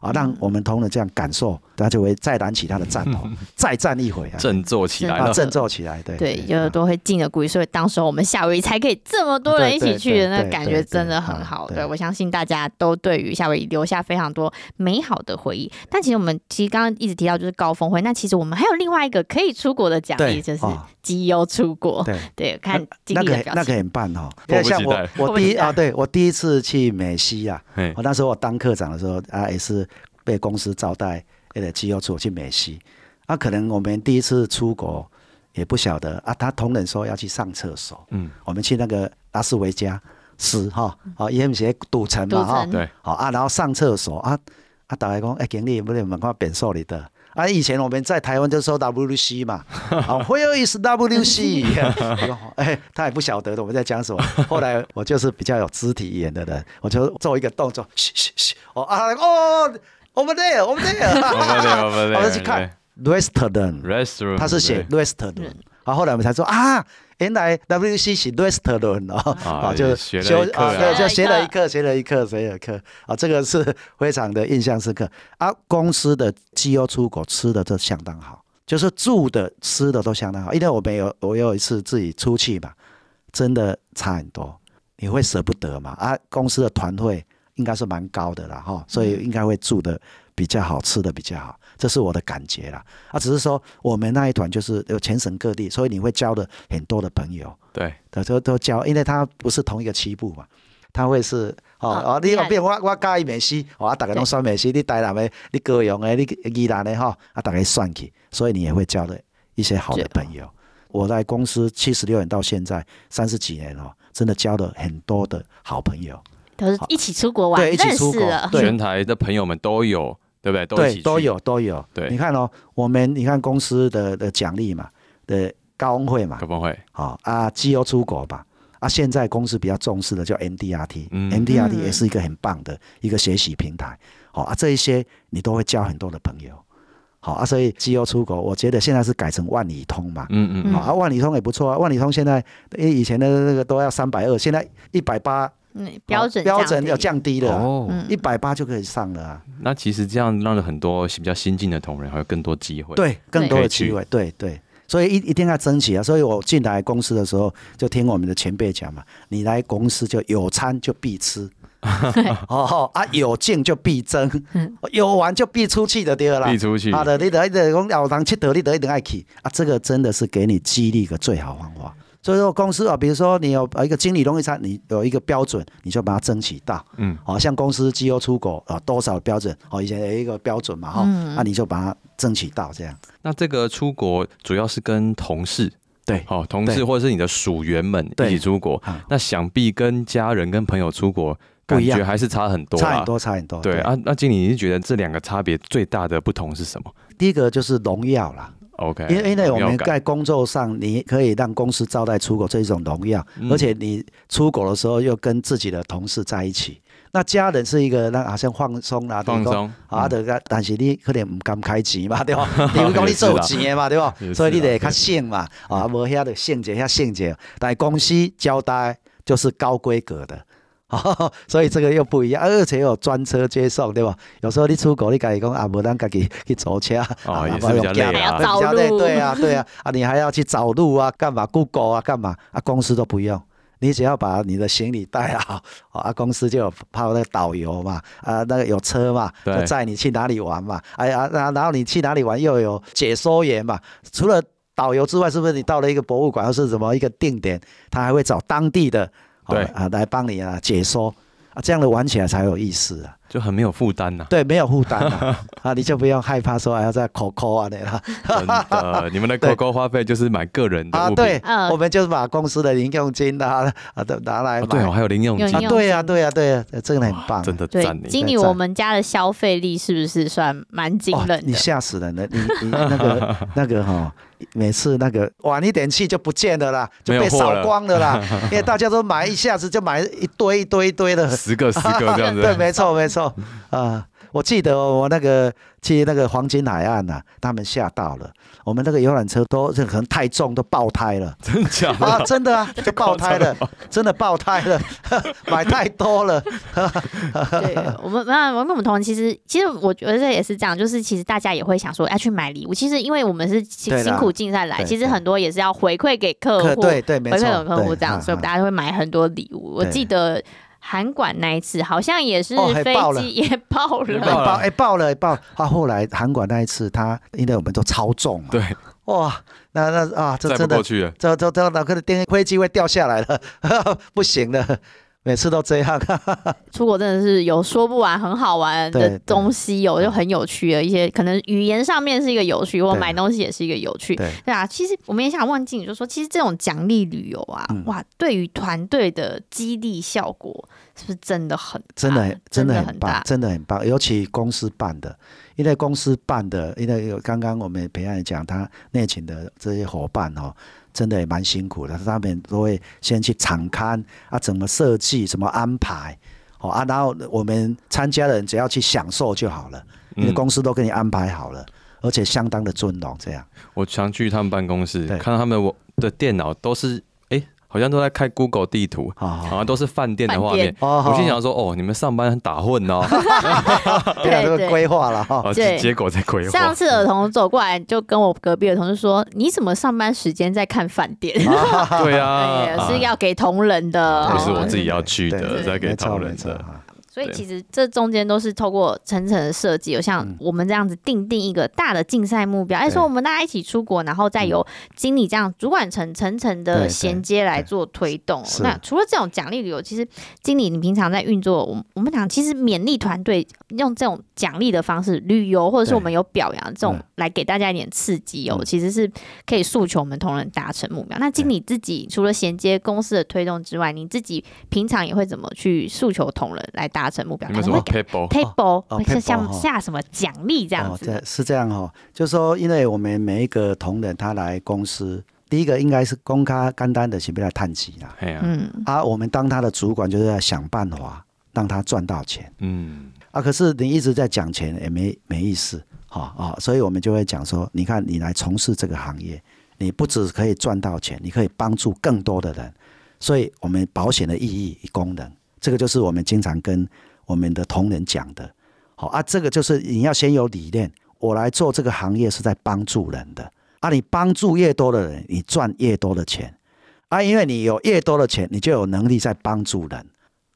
S3: 啊，
S1: 嗯
S3: 让我们同仁这样感受，他就会再燃起他的战头，再战一回啊，
S1: 振作起嗯来
S3: 啊
S1: 了，嗯
S3: 振作起来，对嗯
S2: 对，就是都会进的鼓励，所以当时候我们夏威夷才可以这么多人一起去的，
S3: 对对
S2: 那
S3: 对
S2: 感
S3: 对
S2: 觉
S3: 对
S2: 真的很好。
S3: 对
S2: 对我相信大家都对于夏威夷留下非常多美好的回忆。但其实我们其实刚刚一直提到就是高峰会，那其实我们还有另外一个可以出国的奖励，
S3: 对，
S2: 就是
S3: 哦
S2: 绩优出国。
S3: 对，
S2: 对，看经
S3: 那
S2: 理
S3: 个
S2: 的
S3: 很
S2: 表
S3: 那个
S2: 情。
S3: 很棒哦，
S1: 迫
S3: 因为
S1: 不
S3: 像
S1: 及
S3: 我
S1: 待
S2: 迫
S3: 我
S2: 不
S3: 第
S2: 及
S3: 一啊，
S2: 待
S3: 对我第一次去美西啊，
S1: 嘿，
S3: 我那时候我当科长的时候啊，也是被公司招待，那个机油处去美西。啊，可能我们第一次出国也不晓得啊，他同仁说要去上厕所，
S1: 嗯，
S3: 我们去那个拉斯维加斯哈，哦，伊迄是赌城嘛
S2: 赌
S3: 哈，
S2: 城
S1: 对，
S3: 好啊，然后上厕所啊啊，大家讲，哎、经理，不能问看扁瘦你的。啊，以前我们在台湾就说 WC 嘛，啊，Where is WC？我说哎、他也不晓得我们在讲什么。后来我就是比较有肢体语言的人，我就做一个动作，嘘嘘嘘，哦啊哦，我们 there，我们 there，
S1: over there，
S3: 我就去看 Western，
S1: restroom，
S3: 他是写 Western，然后后来我们才说啊，原来 WC 是 Western 哦，
S1: 啊
S3: 就
S1: 学了
S3: 修
S1: 一课
S3: 啊，
S1: 啊
S3: 对，就学
S2: 学
S3: 了
S2: 了
S3: 一
S2: 一
S3: 课，学了一课，学了一课啊，这个是非常的印象深刻啊。公司的绩优出国吃的都相当好，就是住的、吃的都相当好，因为我们有我有一次自己出去嘛，真的差很多，你会舍不得嘛啊。公司的团会应该是蛮高的啦哈，所以应该会住的比较好，吃的比较好，这是我的感觉啦。啊，只是说我们那一团就是有全省各地，所以你会交了很多的朋友。
S1: 对，
S3: 对，都都交，因为他不是同一个区部嘛，他会是哦
S2: 哦
S3: 哦，你
S2: 厉害
S3: 比如我我介意美西，哦，啊，大家拢选美西，你台南的，你高雄的，你宜兰的吼，啊，大家选去，所以你也会交了一些好的朋友。我在公司七十六年到现在三十几年哦，真的交了很多的好朋友，
S2: 都是一起出国玩，
S3: 对，一起
S2: 认
S3: 出
S2: 识
S3: 国
S2: 了，。
S3: 对，
S1: 全台的朋友们都有，对不对？都一起去
S3: 对，都，有都有。
S1: 对
S3: 你看哦，我们你看公司的的奖励嘛，的高峰会嘛
S1: 可，不会，
S3: 好、啊，绩优出国吧。啊，现在公司比较重视的叫 MDRT，MDRT、
S1: 嗯
S3: MDRT
S2: 嗯
S3: 也是一个很棒的一个学习平台。好、啊，这一些你都会交很多的朋友。好啊，所以绩优出国，我觉得现在是改成万里通嘛。
S1: 嗯嗯
S2: 嗯
S3: 好啊，万里通也不错啊。万里通现在，因为以前的那个都要三百二，现在一百八
S2: 嗯，标准
S3: 标准要
S2: 要，
S3: 降低
S1: 嗯，
S3: 了啊，
S1: 哦，
S3: 一百八就可以上了啊。
S1: 那其实这样让很多比较新进的同仁还有更多机会，，
S3: 对，更
S2: 对
S3: 多
S1: 可
S3: 的
S1: 以
S3: 机
S1: 去
S3: 会，对对，所以一一定要争取啊！所以我进来公司的时候，就听我们的前辈讲嘛，你来公司就有餐就 必吃，哦啊，有进就必争，有玩就必出去的对了啦
S1: 嗯必。出去，
S3: 好的，啊你得你得讲哦老堂去得，你得一定爱去啊！这个真的是给你激励的最好方法。所以说公司啊，比如说你有呃一个经理容易餐，你有一个标准，你就把它争取到。
S1: 嗯，
S3: 好、像公司绩优出口啊、多少标准？哦，以前有一个标准嘛哈，那、
S2: 嗯
S3: 你就把它争取到这样。
S1: 那这个出国主要是跟同事，
S3: 对
S1: 哦，同
S3: 对
S1: 事或者是你的属员们一
S3: 对
S1: 起出国
S3: 啊，
S1: 那想必跟家人、跟朋友出国
S3: 不
S1: 感
S3: 一样
S1: 觉还是差很多
S3: 差
S1: 啦
S3: 很。多，差很多。
S1: 对啊，那经理，你是觉得这两个差别最大的不同是什么
S3: 第一个就是荣耀啦，
S1: ？OK，
S3: 因为因为我
S1: 荣
S3: 们
S1: 哎耀感
S3: 在工作上，你可以让公司招待出国这一种荣耀，
S1: 嗯
S3: 而且你出国的时候又跟自己的同事在一起，那家人是一个那好像放松啦，
S1: 放
S3: 就是说。
S1: 松
S3: 啊，
S1: 嗯
S3: 对，但是你可能唔敢开钱 嘛，对吧？你如讲你做有钱的嘛，对吧
S1: 也是？啦
S3: 所以你得较省嘛，啊，无遐就省者遐省者。但是公司交代就是高规格的， 所以这个又不一样，而且有专车接送，对吧？有时候你出国，你家己讲啊，无咱家己去租车，
S1: 哦
S3: 啊
S1: 也是
S3: 不然
S1: 比较
S3: 用行
S1: 累啊
S3: 比较
S2: 还要
S3: 累
S2: 找，路
S3: 对啊，对啊，啊，你还要去找路啊，干嘛？Google 啊，干嘛？啊，公司都不用。你只要把你的行李带好， 哦啊，公司就有派那个导游嘛，啊，那个有车嘛，
S1: 对
S3: 就载你去哪里玩嘛，哎呀，然、然后你去哪里玩又有解说员嘛，除了导游之外，是不是你到了一个博物馆或是什么一个定点，他还会找当地的哦
S1: 对
S3: 啊来帮你啊解说啊，这样的玩起来才有意思啊。。
S1: 就很没有负担呐
S3: 对，没有负担 啊，啊，你就不用害怕说还要再口口啊那啦。
S1: 真的，你们的
S3: 对
S1: QQ 花费就是买个人的
S3: 啊，
S1: 物品
S3: 对，
S2: 嗯
S3: 我们就是把公司的零用金啊啊都拿来
S1: 哦
S3: 买。
S1: 对哦，还有零用
S2: 有
S1: 金
S3: 啊
S2: 零，用
S3: 对呀、对呀、对呀、呃这个很棒，
S1: 真的
S2: 对
S1: 赞， 你。
S2: 经理，
S3: 赞
S2: 我们家的消费力是不是算蛮惊
S3: 哇，
S2: 人
S3: 你
S2: 的？
S3: 吓死人了！你你那 个那个哈、每次那个晚一点去就不见了啦，就
S1: 没有
S3: 被
S1: 货
S3: 扫
S1: 了
S3: 光了啦， 因为大家都买一下子就买一堆一堆一 堆的。
S1: 十个十个这样
S3: 啊对，
S1: 子，
S3: 没错没错啊、我记得我那个去那个黄金海岸呐、他们吓到了，我们那个游览车都这可能太重都爆胎了。
S1: 真假的？
S3: 啊，真的啊，就爆胎了，真的爆胎了， 买太多了，
S2: 对，我们那我跟我们同仁其实，其实我觉得这也是这样，就是其实大家也会想说要去买礼物，其实因为我们是辛
S3: 对啦
S2: 辛苦竞赛来，
S3: 对
S2: 其实
S3: 对
S2: 很多也是要回馈给客户，
S3: 对对，没
S2: 回馈
S3: 错，
S2: 给客户
S3: 对
S2: 这样，所以
S3: 嗯
S2: 大家就会买很多礼物。我
S3: 对
S2: 记得韩馆那一次好像也是
S3: 哦还
S2: 飞
S3: 爆了
S2: 机也爆
S1: 也
S3: 哎
S1: 爆了
S2: 了，
S3: 爆啊哎爆了哎爆！啊，后来韩馆那一次，他因为我们都超重嘛，
S1: 对，
S3: 哇，那那啊，这
S1: 再不
S3: 真的
S1: 过去了。
S3: 这这这老哥的电飞机会掉下来了， 不行了，每次都这样。
S2: 出国真的是有说不完很好玩
S3: 对
S2: 的
S3: 对
S2: 东西哦有，就很有趣的一些，可能语言上面是一个有趣，或
S3: 对
S2: 买东西也是一个有趣。
S3: 对，
S2: 对啊，其实我们也想问静宇，就说其实这种奖励旅游啊，
S3: 嗯
S2: 哇，对于团队的激励效果是不是真的很大
S3: 真的很啊真的
S2: 的
S3: 很棒
S2: 大，？
S3: 真的很棒，尤其公司办的，因为公司办的，因为有刚刚我们培安讲，他内勤的这些伙伴哦，真的也蛮辛苦的，他们都会先去场刊啊，怎么设计，怎么安排，哦啊，然后我们参加的人只要去享受就好了，因为
S1: 嗯
S3: 公司都给你安排好了，而且相当的尊荣，这样。
S1: 我常去他们办公室，
S3: 对
S1: 看到他们我的电脑都是，哎、好像都在开 Google 地图，
S3: 哦
S1: 好像都是饭店的画面。
S3: 哦
S1: 我心想说，哦，你们上班很打混哦，
S3: 对啊，这
S2: 对
S3: 个规划了哈。
S1: 哦
S2: 对
S1: 结结果在规
S2: 上
S1: 划。
S2: 次儿童走过来就跟我隔壁的同事说：“你怎么上班时间在看饭店？”
S1: 对啊，
S2: 对，
S1: 啊
S2: 是要给同仁的，
S1: 不
S2: 哦
S1: 是我自己要去
S3: 对对
S1: 的，
S2: 对
S1: 在给
S3: 没错
S1: 讨论
S3: 没错
S1: 的。
S3: 啊
S2: 所以
S1: 对
S2: 其实这中间都是透过层层的设计，有像我们这样子定定一个大的竞赛目标，哎、
S3: 嗯对
S2: 说我们大家一起出国，然后再由经理这样主管层层层
S3: 对
S2: 的
S3: 对
S2: 衔接来做推动。
S3: 是
S2: 那除了这种奖励旅游，其实经理你平常在运作，我们我们讲其实勉励团队用这种奖励的方式，旅游或者是
S3: 对
S2: 我们有表扬这种
S3: 嗯
S2: 来给大家一点刺激哦，
S3: 嗯
S2: 其实是可以诉求我们同仁达成目标。那经理自己除了衔接公司的推动之外，你自己平常也会怎么去诉求同仁来达成目标？
S1: 你们
S2: 可
S1: 什
S2: 能会
S1: 么
S2: 给
S1: people？
S2: table，
S3: 哦
S2: 会是
S3: table，
S2: 像
S3: 哦
S2: 下什么奖励这样子
S3: 哦
S2: 的？
S3: 这是这样哈、哦，就说因为我们每一个同仁他来公司，第一个应该是公开干单的，是不要探气啦。
S1: 哎呀，
S2: 嗯，
S3: 啊，我们当他的主管就是要想办法让他赚到钱
S1: 嗯，
S3: 啊。可是你一直在讲钱也没没意思，哈、啊、所以我们就会讲说，你看你来从事这个行业，你不只可以赚到钱，你可以帮助更多的人。所以我们保险的意义与功能，这个就是我们经常跟我们的同仁讲的。好啊，这个就是你要先有理念，我来做这个行业是在帮助人的啊。你帮助越多的人，你赚越多的钱啊，因为你有越多的钱，你就有能力在帮助人。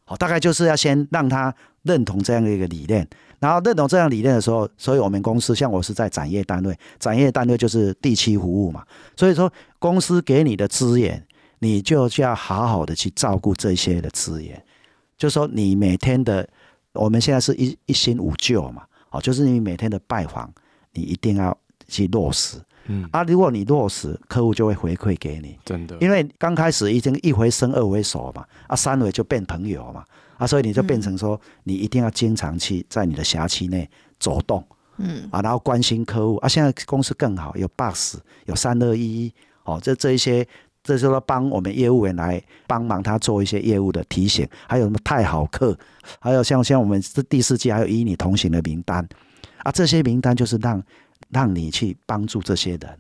S3: 好，大概就是要先让他认同这样的一个理念，然后认同这样理念的时候，所以我们公司像我是在产业单位，产业单位就是地区服务嘛，所以说公司给你的资源，你就要好好的去照顾这些的资源，就说你每天的，我们现在是一一心五旧嘛，哦，就是你每天的拜访，你一定要去落实，
S1: 嗯
S3: 啊，如果你落实，客户就会回馈给你，
S1: 真的，
S3: 因为刚开始已经一回生二回熟嘛，啊，三回就变朋友嘛，啊，所以你就变成说，你一定要经常去在你的辖区内走动，嗯，啊，然后关心客户啊。现在公司更好，有 Box，有三二一，哦，这这一些，这就是帮我们业务员来帮忙他做一些业务的提醒，还有什么太好客，还有像像我们这第四季还有与你同行的名单，啊，这些名单就是让让你去帮助这些人。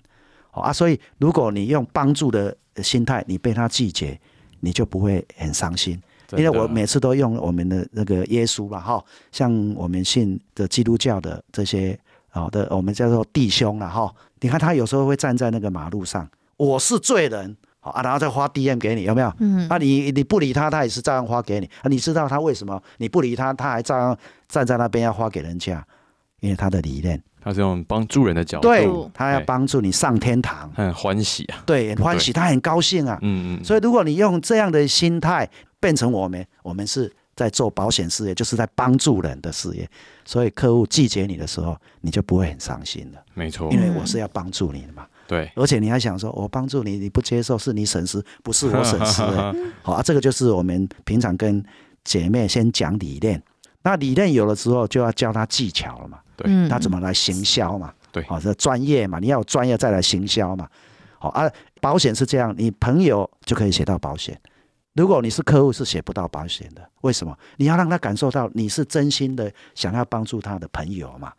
S3: 哦啊，所以如果你用帮助的心态，你被他拒绝，你就不会很伤心。
S1: 真
S3: 因为
S1: 的
S3: 我每次都用我们的那个耶稣了哈，像我们信的基督教的这些好的，我们叫做弟兄了哈。你看他有时候会站在那个马路上，我是罪人，好啊，然后再发 DM 给你，有没有？嗯，啊你你不理他，他也是照样发给你啊。你知道他为什么你不理他，他还照样站在那边要发给人家，因为他的理念，
S1: 他是用帮助人的角度，
S3: 对
S2: 度
S3: 他要
S1: 对
S3: 帮助你上 天堂，
S1: 很欢喜啊，
S3: 对，很欢喜，他很高兴啊。
S1: 嗯嗯，
S3: 所以，如果你用这样的心态变成我们，我们是在做保险事业，就是在帮助人的事业。所以，客户拒绝你的时候，你就不会很伤心了，
S1: 没错
S3: 因，为我是要帮助你的嘛。
S1: 对，
S3: 而且你还想说，我帮助你，你不接受，是你损失，不是我损 失、欸。好啊，这个就是我们平常跟姐妹先讲理念，那理念有了之后，就要教她技巧了嘛。
S1: 对
S2: 嗯
S3: 他怎么来行销嘛？
S1: 对
S3: 好、这专业嘛，你要有专业再来行销嘛。好、啊，保险是这样，你朋友就可以写到保险，如果你是客户是写不到保险的，为什么？你要让他感受到你是真心的想要帮助他的朋友嘛，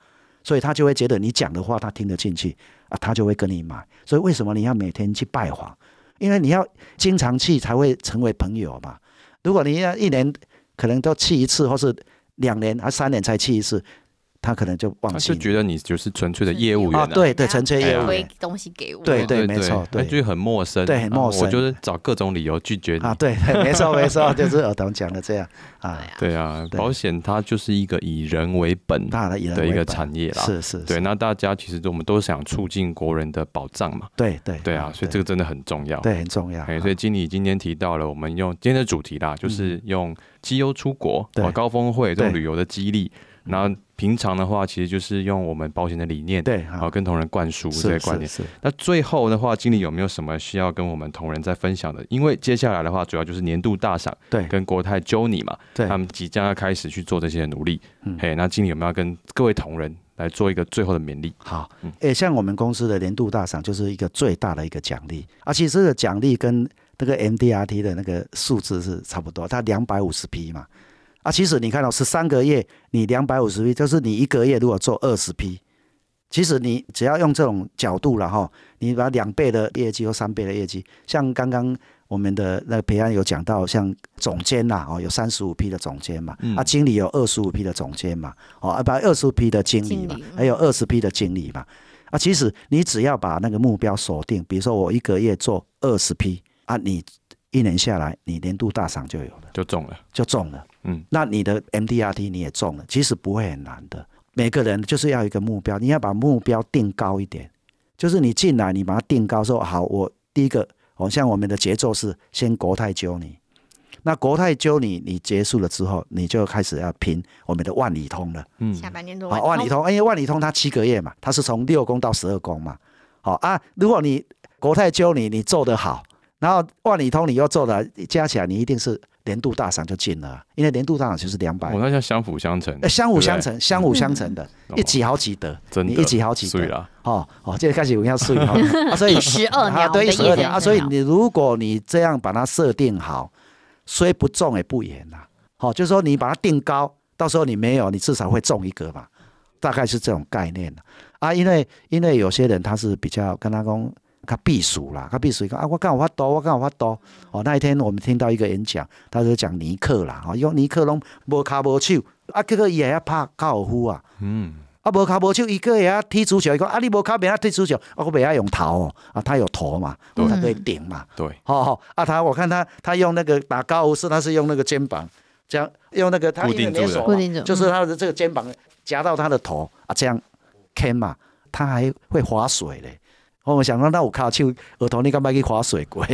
S3: 所以他就会觉得你讲的话他听得进去啊，他就会跟你买。所以为什么你要每天去拜访？因为你要经常去才会成为朋友嘛。如果你要一年可能都去一次，或是两年啊三年才去一次，他可能就忘
S1: 他
S3: 记
S1: 就
S3: 你。
S1: 觉得你就是纯粹的业务员、
S3: 啊，对对，纯粹
S1: 哎
S3: 业
S1: 呀
S3: 务
S2: 推
S3: 员
S2: 东西给我，
S3: 对
S1: 对
S3: 没错
S1: 那
S3: 对
S1: 就是很陌生，
S3: 对很
S1: 啊
S3: 陌
S1: 我
S3: 生
S1: 就是找各种理由拒绝你。
S3: 啊，对，对 没错没错，就是尔彤讲的这样啊，
S1: 对啊，
S3: 对
S1: 保险它就是一个以人为本
S3: 大的以人
S1: 的一
S3: 为
S1: 个
S3: 本
S1: 产业啦。
S3: 是是，
S1: 对，
S3: 是
S1: 那大家其实我们都想促进国人的保障嘛。
S3: 对对
S1: 对啊，所以这个
S3: 个
S1: 真的很重要。
S3: 对很重要，
S1: 哎，
S3: 啊
S1: 所以经理今天提到了，我们用今天的主题啦，就是用绩优出国、
S3: 嗯对
S1: 哦高峰会这种
S3: 对
S1: 旅游的激励。然后平常的话，其实就是用我们保险的理念，
S3: 对
S1: 然
S3: 好
S1: 后跟同仁灌输这
S3: 是
S1: 些观
S3: 是
S1: 念。
S3: 是，
S1: 那最后的话，经理有没有什么需要跟我们同仁再分享的？因为接下来的话，主要就是年度大赏
S3: 对
S1: 跟国泰 Journey 嘛，
S3: 对
S1: 他们即将要开始去做这些努力。
S3: 嗯
S1: 嘿，那经理有没有要跟各位同仁来做一个最后的勉励？
S3: 好
S1: 嗯，
S3: 诶，像我们公司的年度大赏就是一个最大的一个奖励，而且这个奖励跟那个 MDRT 的那个数字是差不多，它两百五十批嘛。啊，其实你看到十三个月，你两百五十批，就是你一个月如果做二十批，其实你只要用这种角度了哈，你把两倍的业绩或三倍的业绩，像刚刚我们的那个培安有讲到，像总监呐、哦，有三十五批的总监嘛，
S1: 嗯
S3: 啊，经理有二十五批的总监嘛，哦，啊，不，二十五批的经理嘛
S2: 经理，嗯
S3: 还有二十批的经理嘛，啊，其实你只要把那个目标锁定，比如说我一个月做二十批啊，你一年下来，你年度大赏就有了，
S1: 就中了，
S3: 就中了。
S1: 嗯，
S3: 那你的 MDRT 你也中了，其实不会很难的。每个人就是要有一个目标，你要把目标定高一点，就是你进来你把它定高说好，我第一个，哦，像我们的节奏是先国泰揪你，那国泰揪你，你结束了之后，你就开始要拼我们的万里通了。
S1: 嗯，
S2: 下半年度
S3: 好，万里
S2: 通
S3: 通，因为万里通它七个月嘛，它是从六宫到十二宫嘛。好啊，如果你国泰揪你，你做得好，然后万里通你又做得好加起来，你一定是年度大赏就进了啊，因为年度大赏就是两百
S1: 我、，那叫相辅相成
S3: 呃，，相辅相
S1: 对
S3: 成，相辅相成的，
S1: 嗯
S3: 一己好几得，
S1: 真的
S3: 呃你一己好几
S1: 所以
S3: 得，
S1: 啦，
S3: 哦哦，这个开始我 要注意哈，啊所以
S2: 第十二
S3: 啊，
S2: 年，
S3: 对，
S2: 我
S3: 一
S2: 们
S3: 十
S2: 哦的业
S3: 二
S2: 绩
S3: 年啊，
S2: 很
S3: 所以
S2: 好
S3: 你如果你这样把它设定好，虽不中也不远啦、好、就是说你把它定高，到时候你没有，你至少会中一个嘛，大概是这种概念啦啊，因为因为有些人他是比较跟他讲。他避暑啦，他避暑一个啊，我刚好发抖，我刚好发抖。哦，那一天我们听到一个演讲，他就讲尼克啦，哦，用尼克拢无骹无手，啊，结果伊也要拍高尔夫啊，
S1: 嗯，
S3: 啊，无骹无手，伊个会晓踢足球，伊讲啊，你无骹袂晓踢足球，啊，我袂晓用头哦，啊，他有头嘛，
S1: 对
S3: 他可以顶嘛，
S1: 对，
S3: 哦，哦啊，他我看他他用那个打高尔夫是，他是用那个肩膀，这样用那个他
S1: 固
S3: 因为
S1: 定住
S3: 没
S1: 的
S3: 手嘛
S2: 固定住
S3: 就是他的这个肩膀夹到他的头啊，这样 can 嘛，他还会划水嘞。哦我们想说，那我靠，手额头你干嘛去划水过？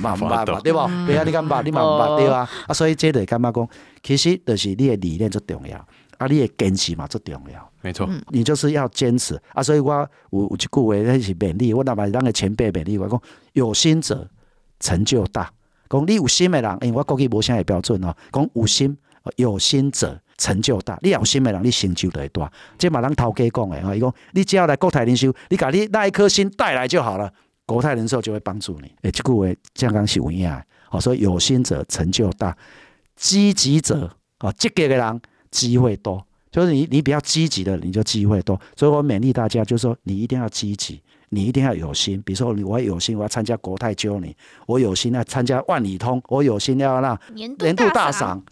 S3: 嘛唔捌嘛，对不？对啊，你干嘛？你嘛唔捌对啊？啊，所以这个干嘛讲？其实就是你的理念最重要，啊，你的坚持嘛最重要。
S1: 没错，
S2: 嗯
S3: 你就是要坚持啊！所以我有有一句话那是勉励，我若把咱个前辈勉励，我讲有心者成就大。讲你有心的人，因为我国语无啥会标准哦。讲有心有心者成就大，你若有心的人，你成就就会大。这嘛咱头家讲的啊，伊讲你只要来国泰人寿，你把你那一颗心带来就好了，国泰人寿就会帮助你。诶，这句话这样讲是有影的。好、所以有心者成就大，积极者啊，积极的人机会多。就是你你比较积极的，你就机会多。所以我勉励大家，就是说你一定要积极，你一定要有心。比如说你我有心，我要参加国泰 Journey，我有心要参加万里通，我有心要让
S2: 年
S3: 年度大
S2: 赏，
S3: 赏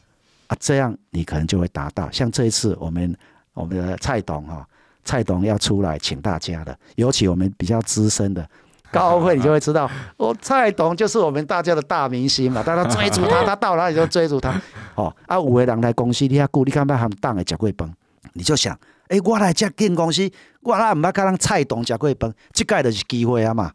S3: 啊，这样你可能就会达到。像这一次我们我们的蔡董哈、蔡董要出来请大家的，尤其我们比较资深的。高会你就会知道，哦，蔡董就是我们大家的大明星嘛，大家追逐他，他到哪里就追逐他。哦，啊，有的人来公司，你遐久，你敢捌含党诶食过饭？你就想，诶、我来这间公司，我哪毋捌甲人蔡董食过饭，即届就是机会啊嘛，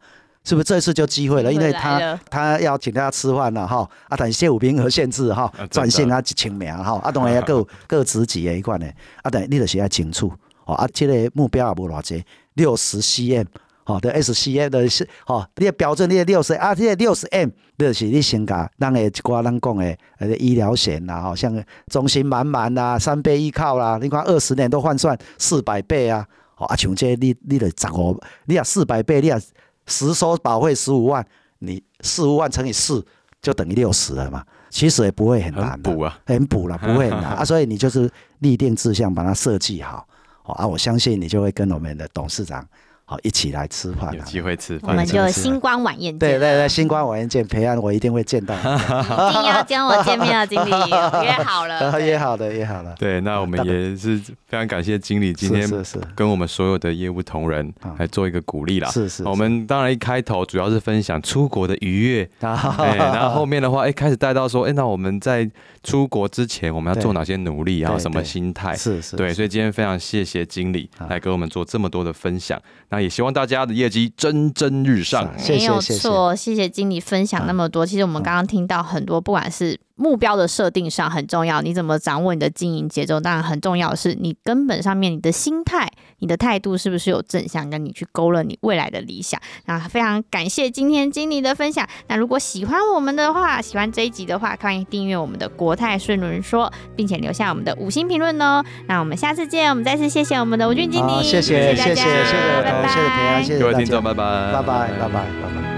S3: 是不是？这次就机会了，因为
S2: 又
S3: 他
S2: 来了
S3: 他要请大家吃饭了哈，啊，但是有名额限制哈
S1: 真的，
S3: 专线啊一千名哈，啊，当然也 各各职级的一款的，啊，但你就是要清楚，哦，啊，这个目标也无偌济，六十 cm。吼，哦的 SCM 的是吼，你的标准你的六十啊，你的六十 M，你就是你先甲咱的一寡咱讲的呃医疗险啦，吼，像中心满满啦、三倍依靠啦，你看二十年都换算四百倍啊，吼啊，像这你你得十五，你啊四百倍，你啊实收保费十五万，你四五万乘以四就等于六十了嘛，其实也不会很难
S1: 很
S3: 的、
S1: 补啊，
S3: 很补了，不会很 难啊。所以你就是立定志向，把它设计好、哦、啊。我相信你就会跟我们的董事长好一起来吃饭
S1: 有
S3: 啊。
S1: 机会吃
S2: 我
S1: 饭
S2: 们
S1: 真
S2: 就
S1: 的是
S2: 星光晚宴
S3: 对
S2: 见，
S3: 对对，星光晚宴见培安，我一定会见 到你的，
S2: 一定要跟我见面啊， 经理约好了，
S3: 呃
S2: 对
S3: 也好的也好的，
S1: 对，那我们也是非常感谢经理今
S3: 是
S1: 天
S3: 是是
S1: 跟我们所有的业务同仁
S3: 啊
S1: 来做一个鼓励啦。
S3: 是是，
S1: 我们当然一开头主要是分享出国的愉 悦，哎，然后后面的话，哎，开始带到说，哎，那我们在出国之前我们要
S3: 对
S1: 做哪些努力，还有
S3: 对
S1: 什么
S3: 对
S1: 心态？
S3: 是是
S1: 对，所以今天非常谢谢经理
S3: 啊
S1: 来给我们做这么多的分享，那也希望大家的业绩蒸蒸日上。
S3: 是谢
S2: 没
S3: 谢
S2: 有
S3: 谢谢
S2: 错，谢谢经理分享那么多。其实我们刚刚听到很多，不管是目标的设定上很重要，你怎么掌握你的经营节奏，当然很重要的是你根本上面你的心态、你的态度是不是有正向，跟你去勾勒你未来的理想。那非常感谢今天经理的分享。那如果喜欢我们的话，喜欢这一集的话，欢迎订阅我们的国泰顺轮说，并且留下我们的五星评论哦。那我们下次见，我们再次谢谢我们的吴俊经理，
S3: 好，谢
S2: 谢
S3: 谢
S2: 大家
S3: 谢谢谢谢
S2: 拜
S3: 我
S2: 拜
S3: 谢谢培安，谢谢
S1: 各位
S3: 大
S1: 听
S3: 家
S1: 众，拜拜，
S3: 拜拜拜拜拜拜。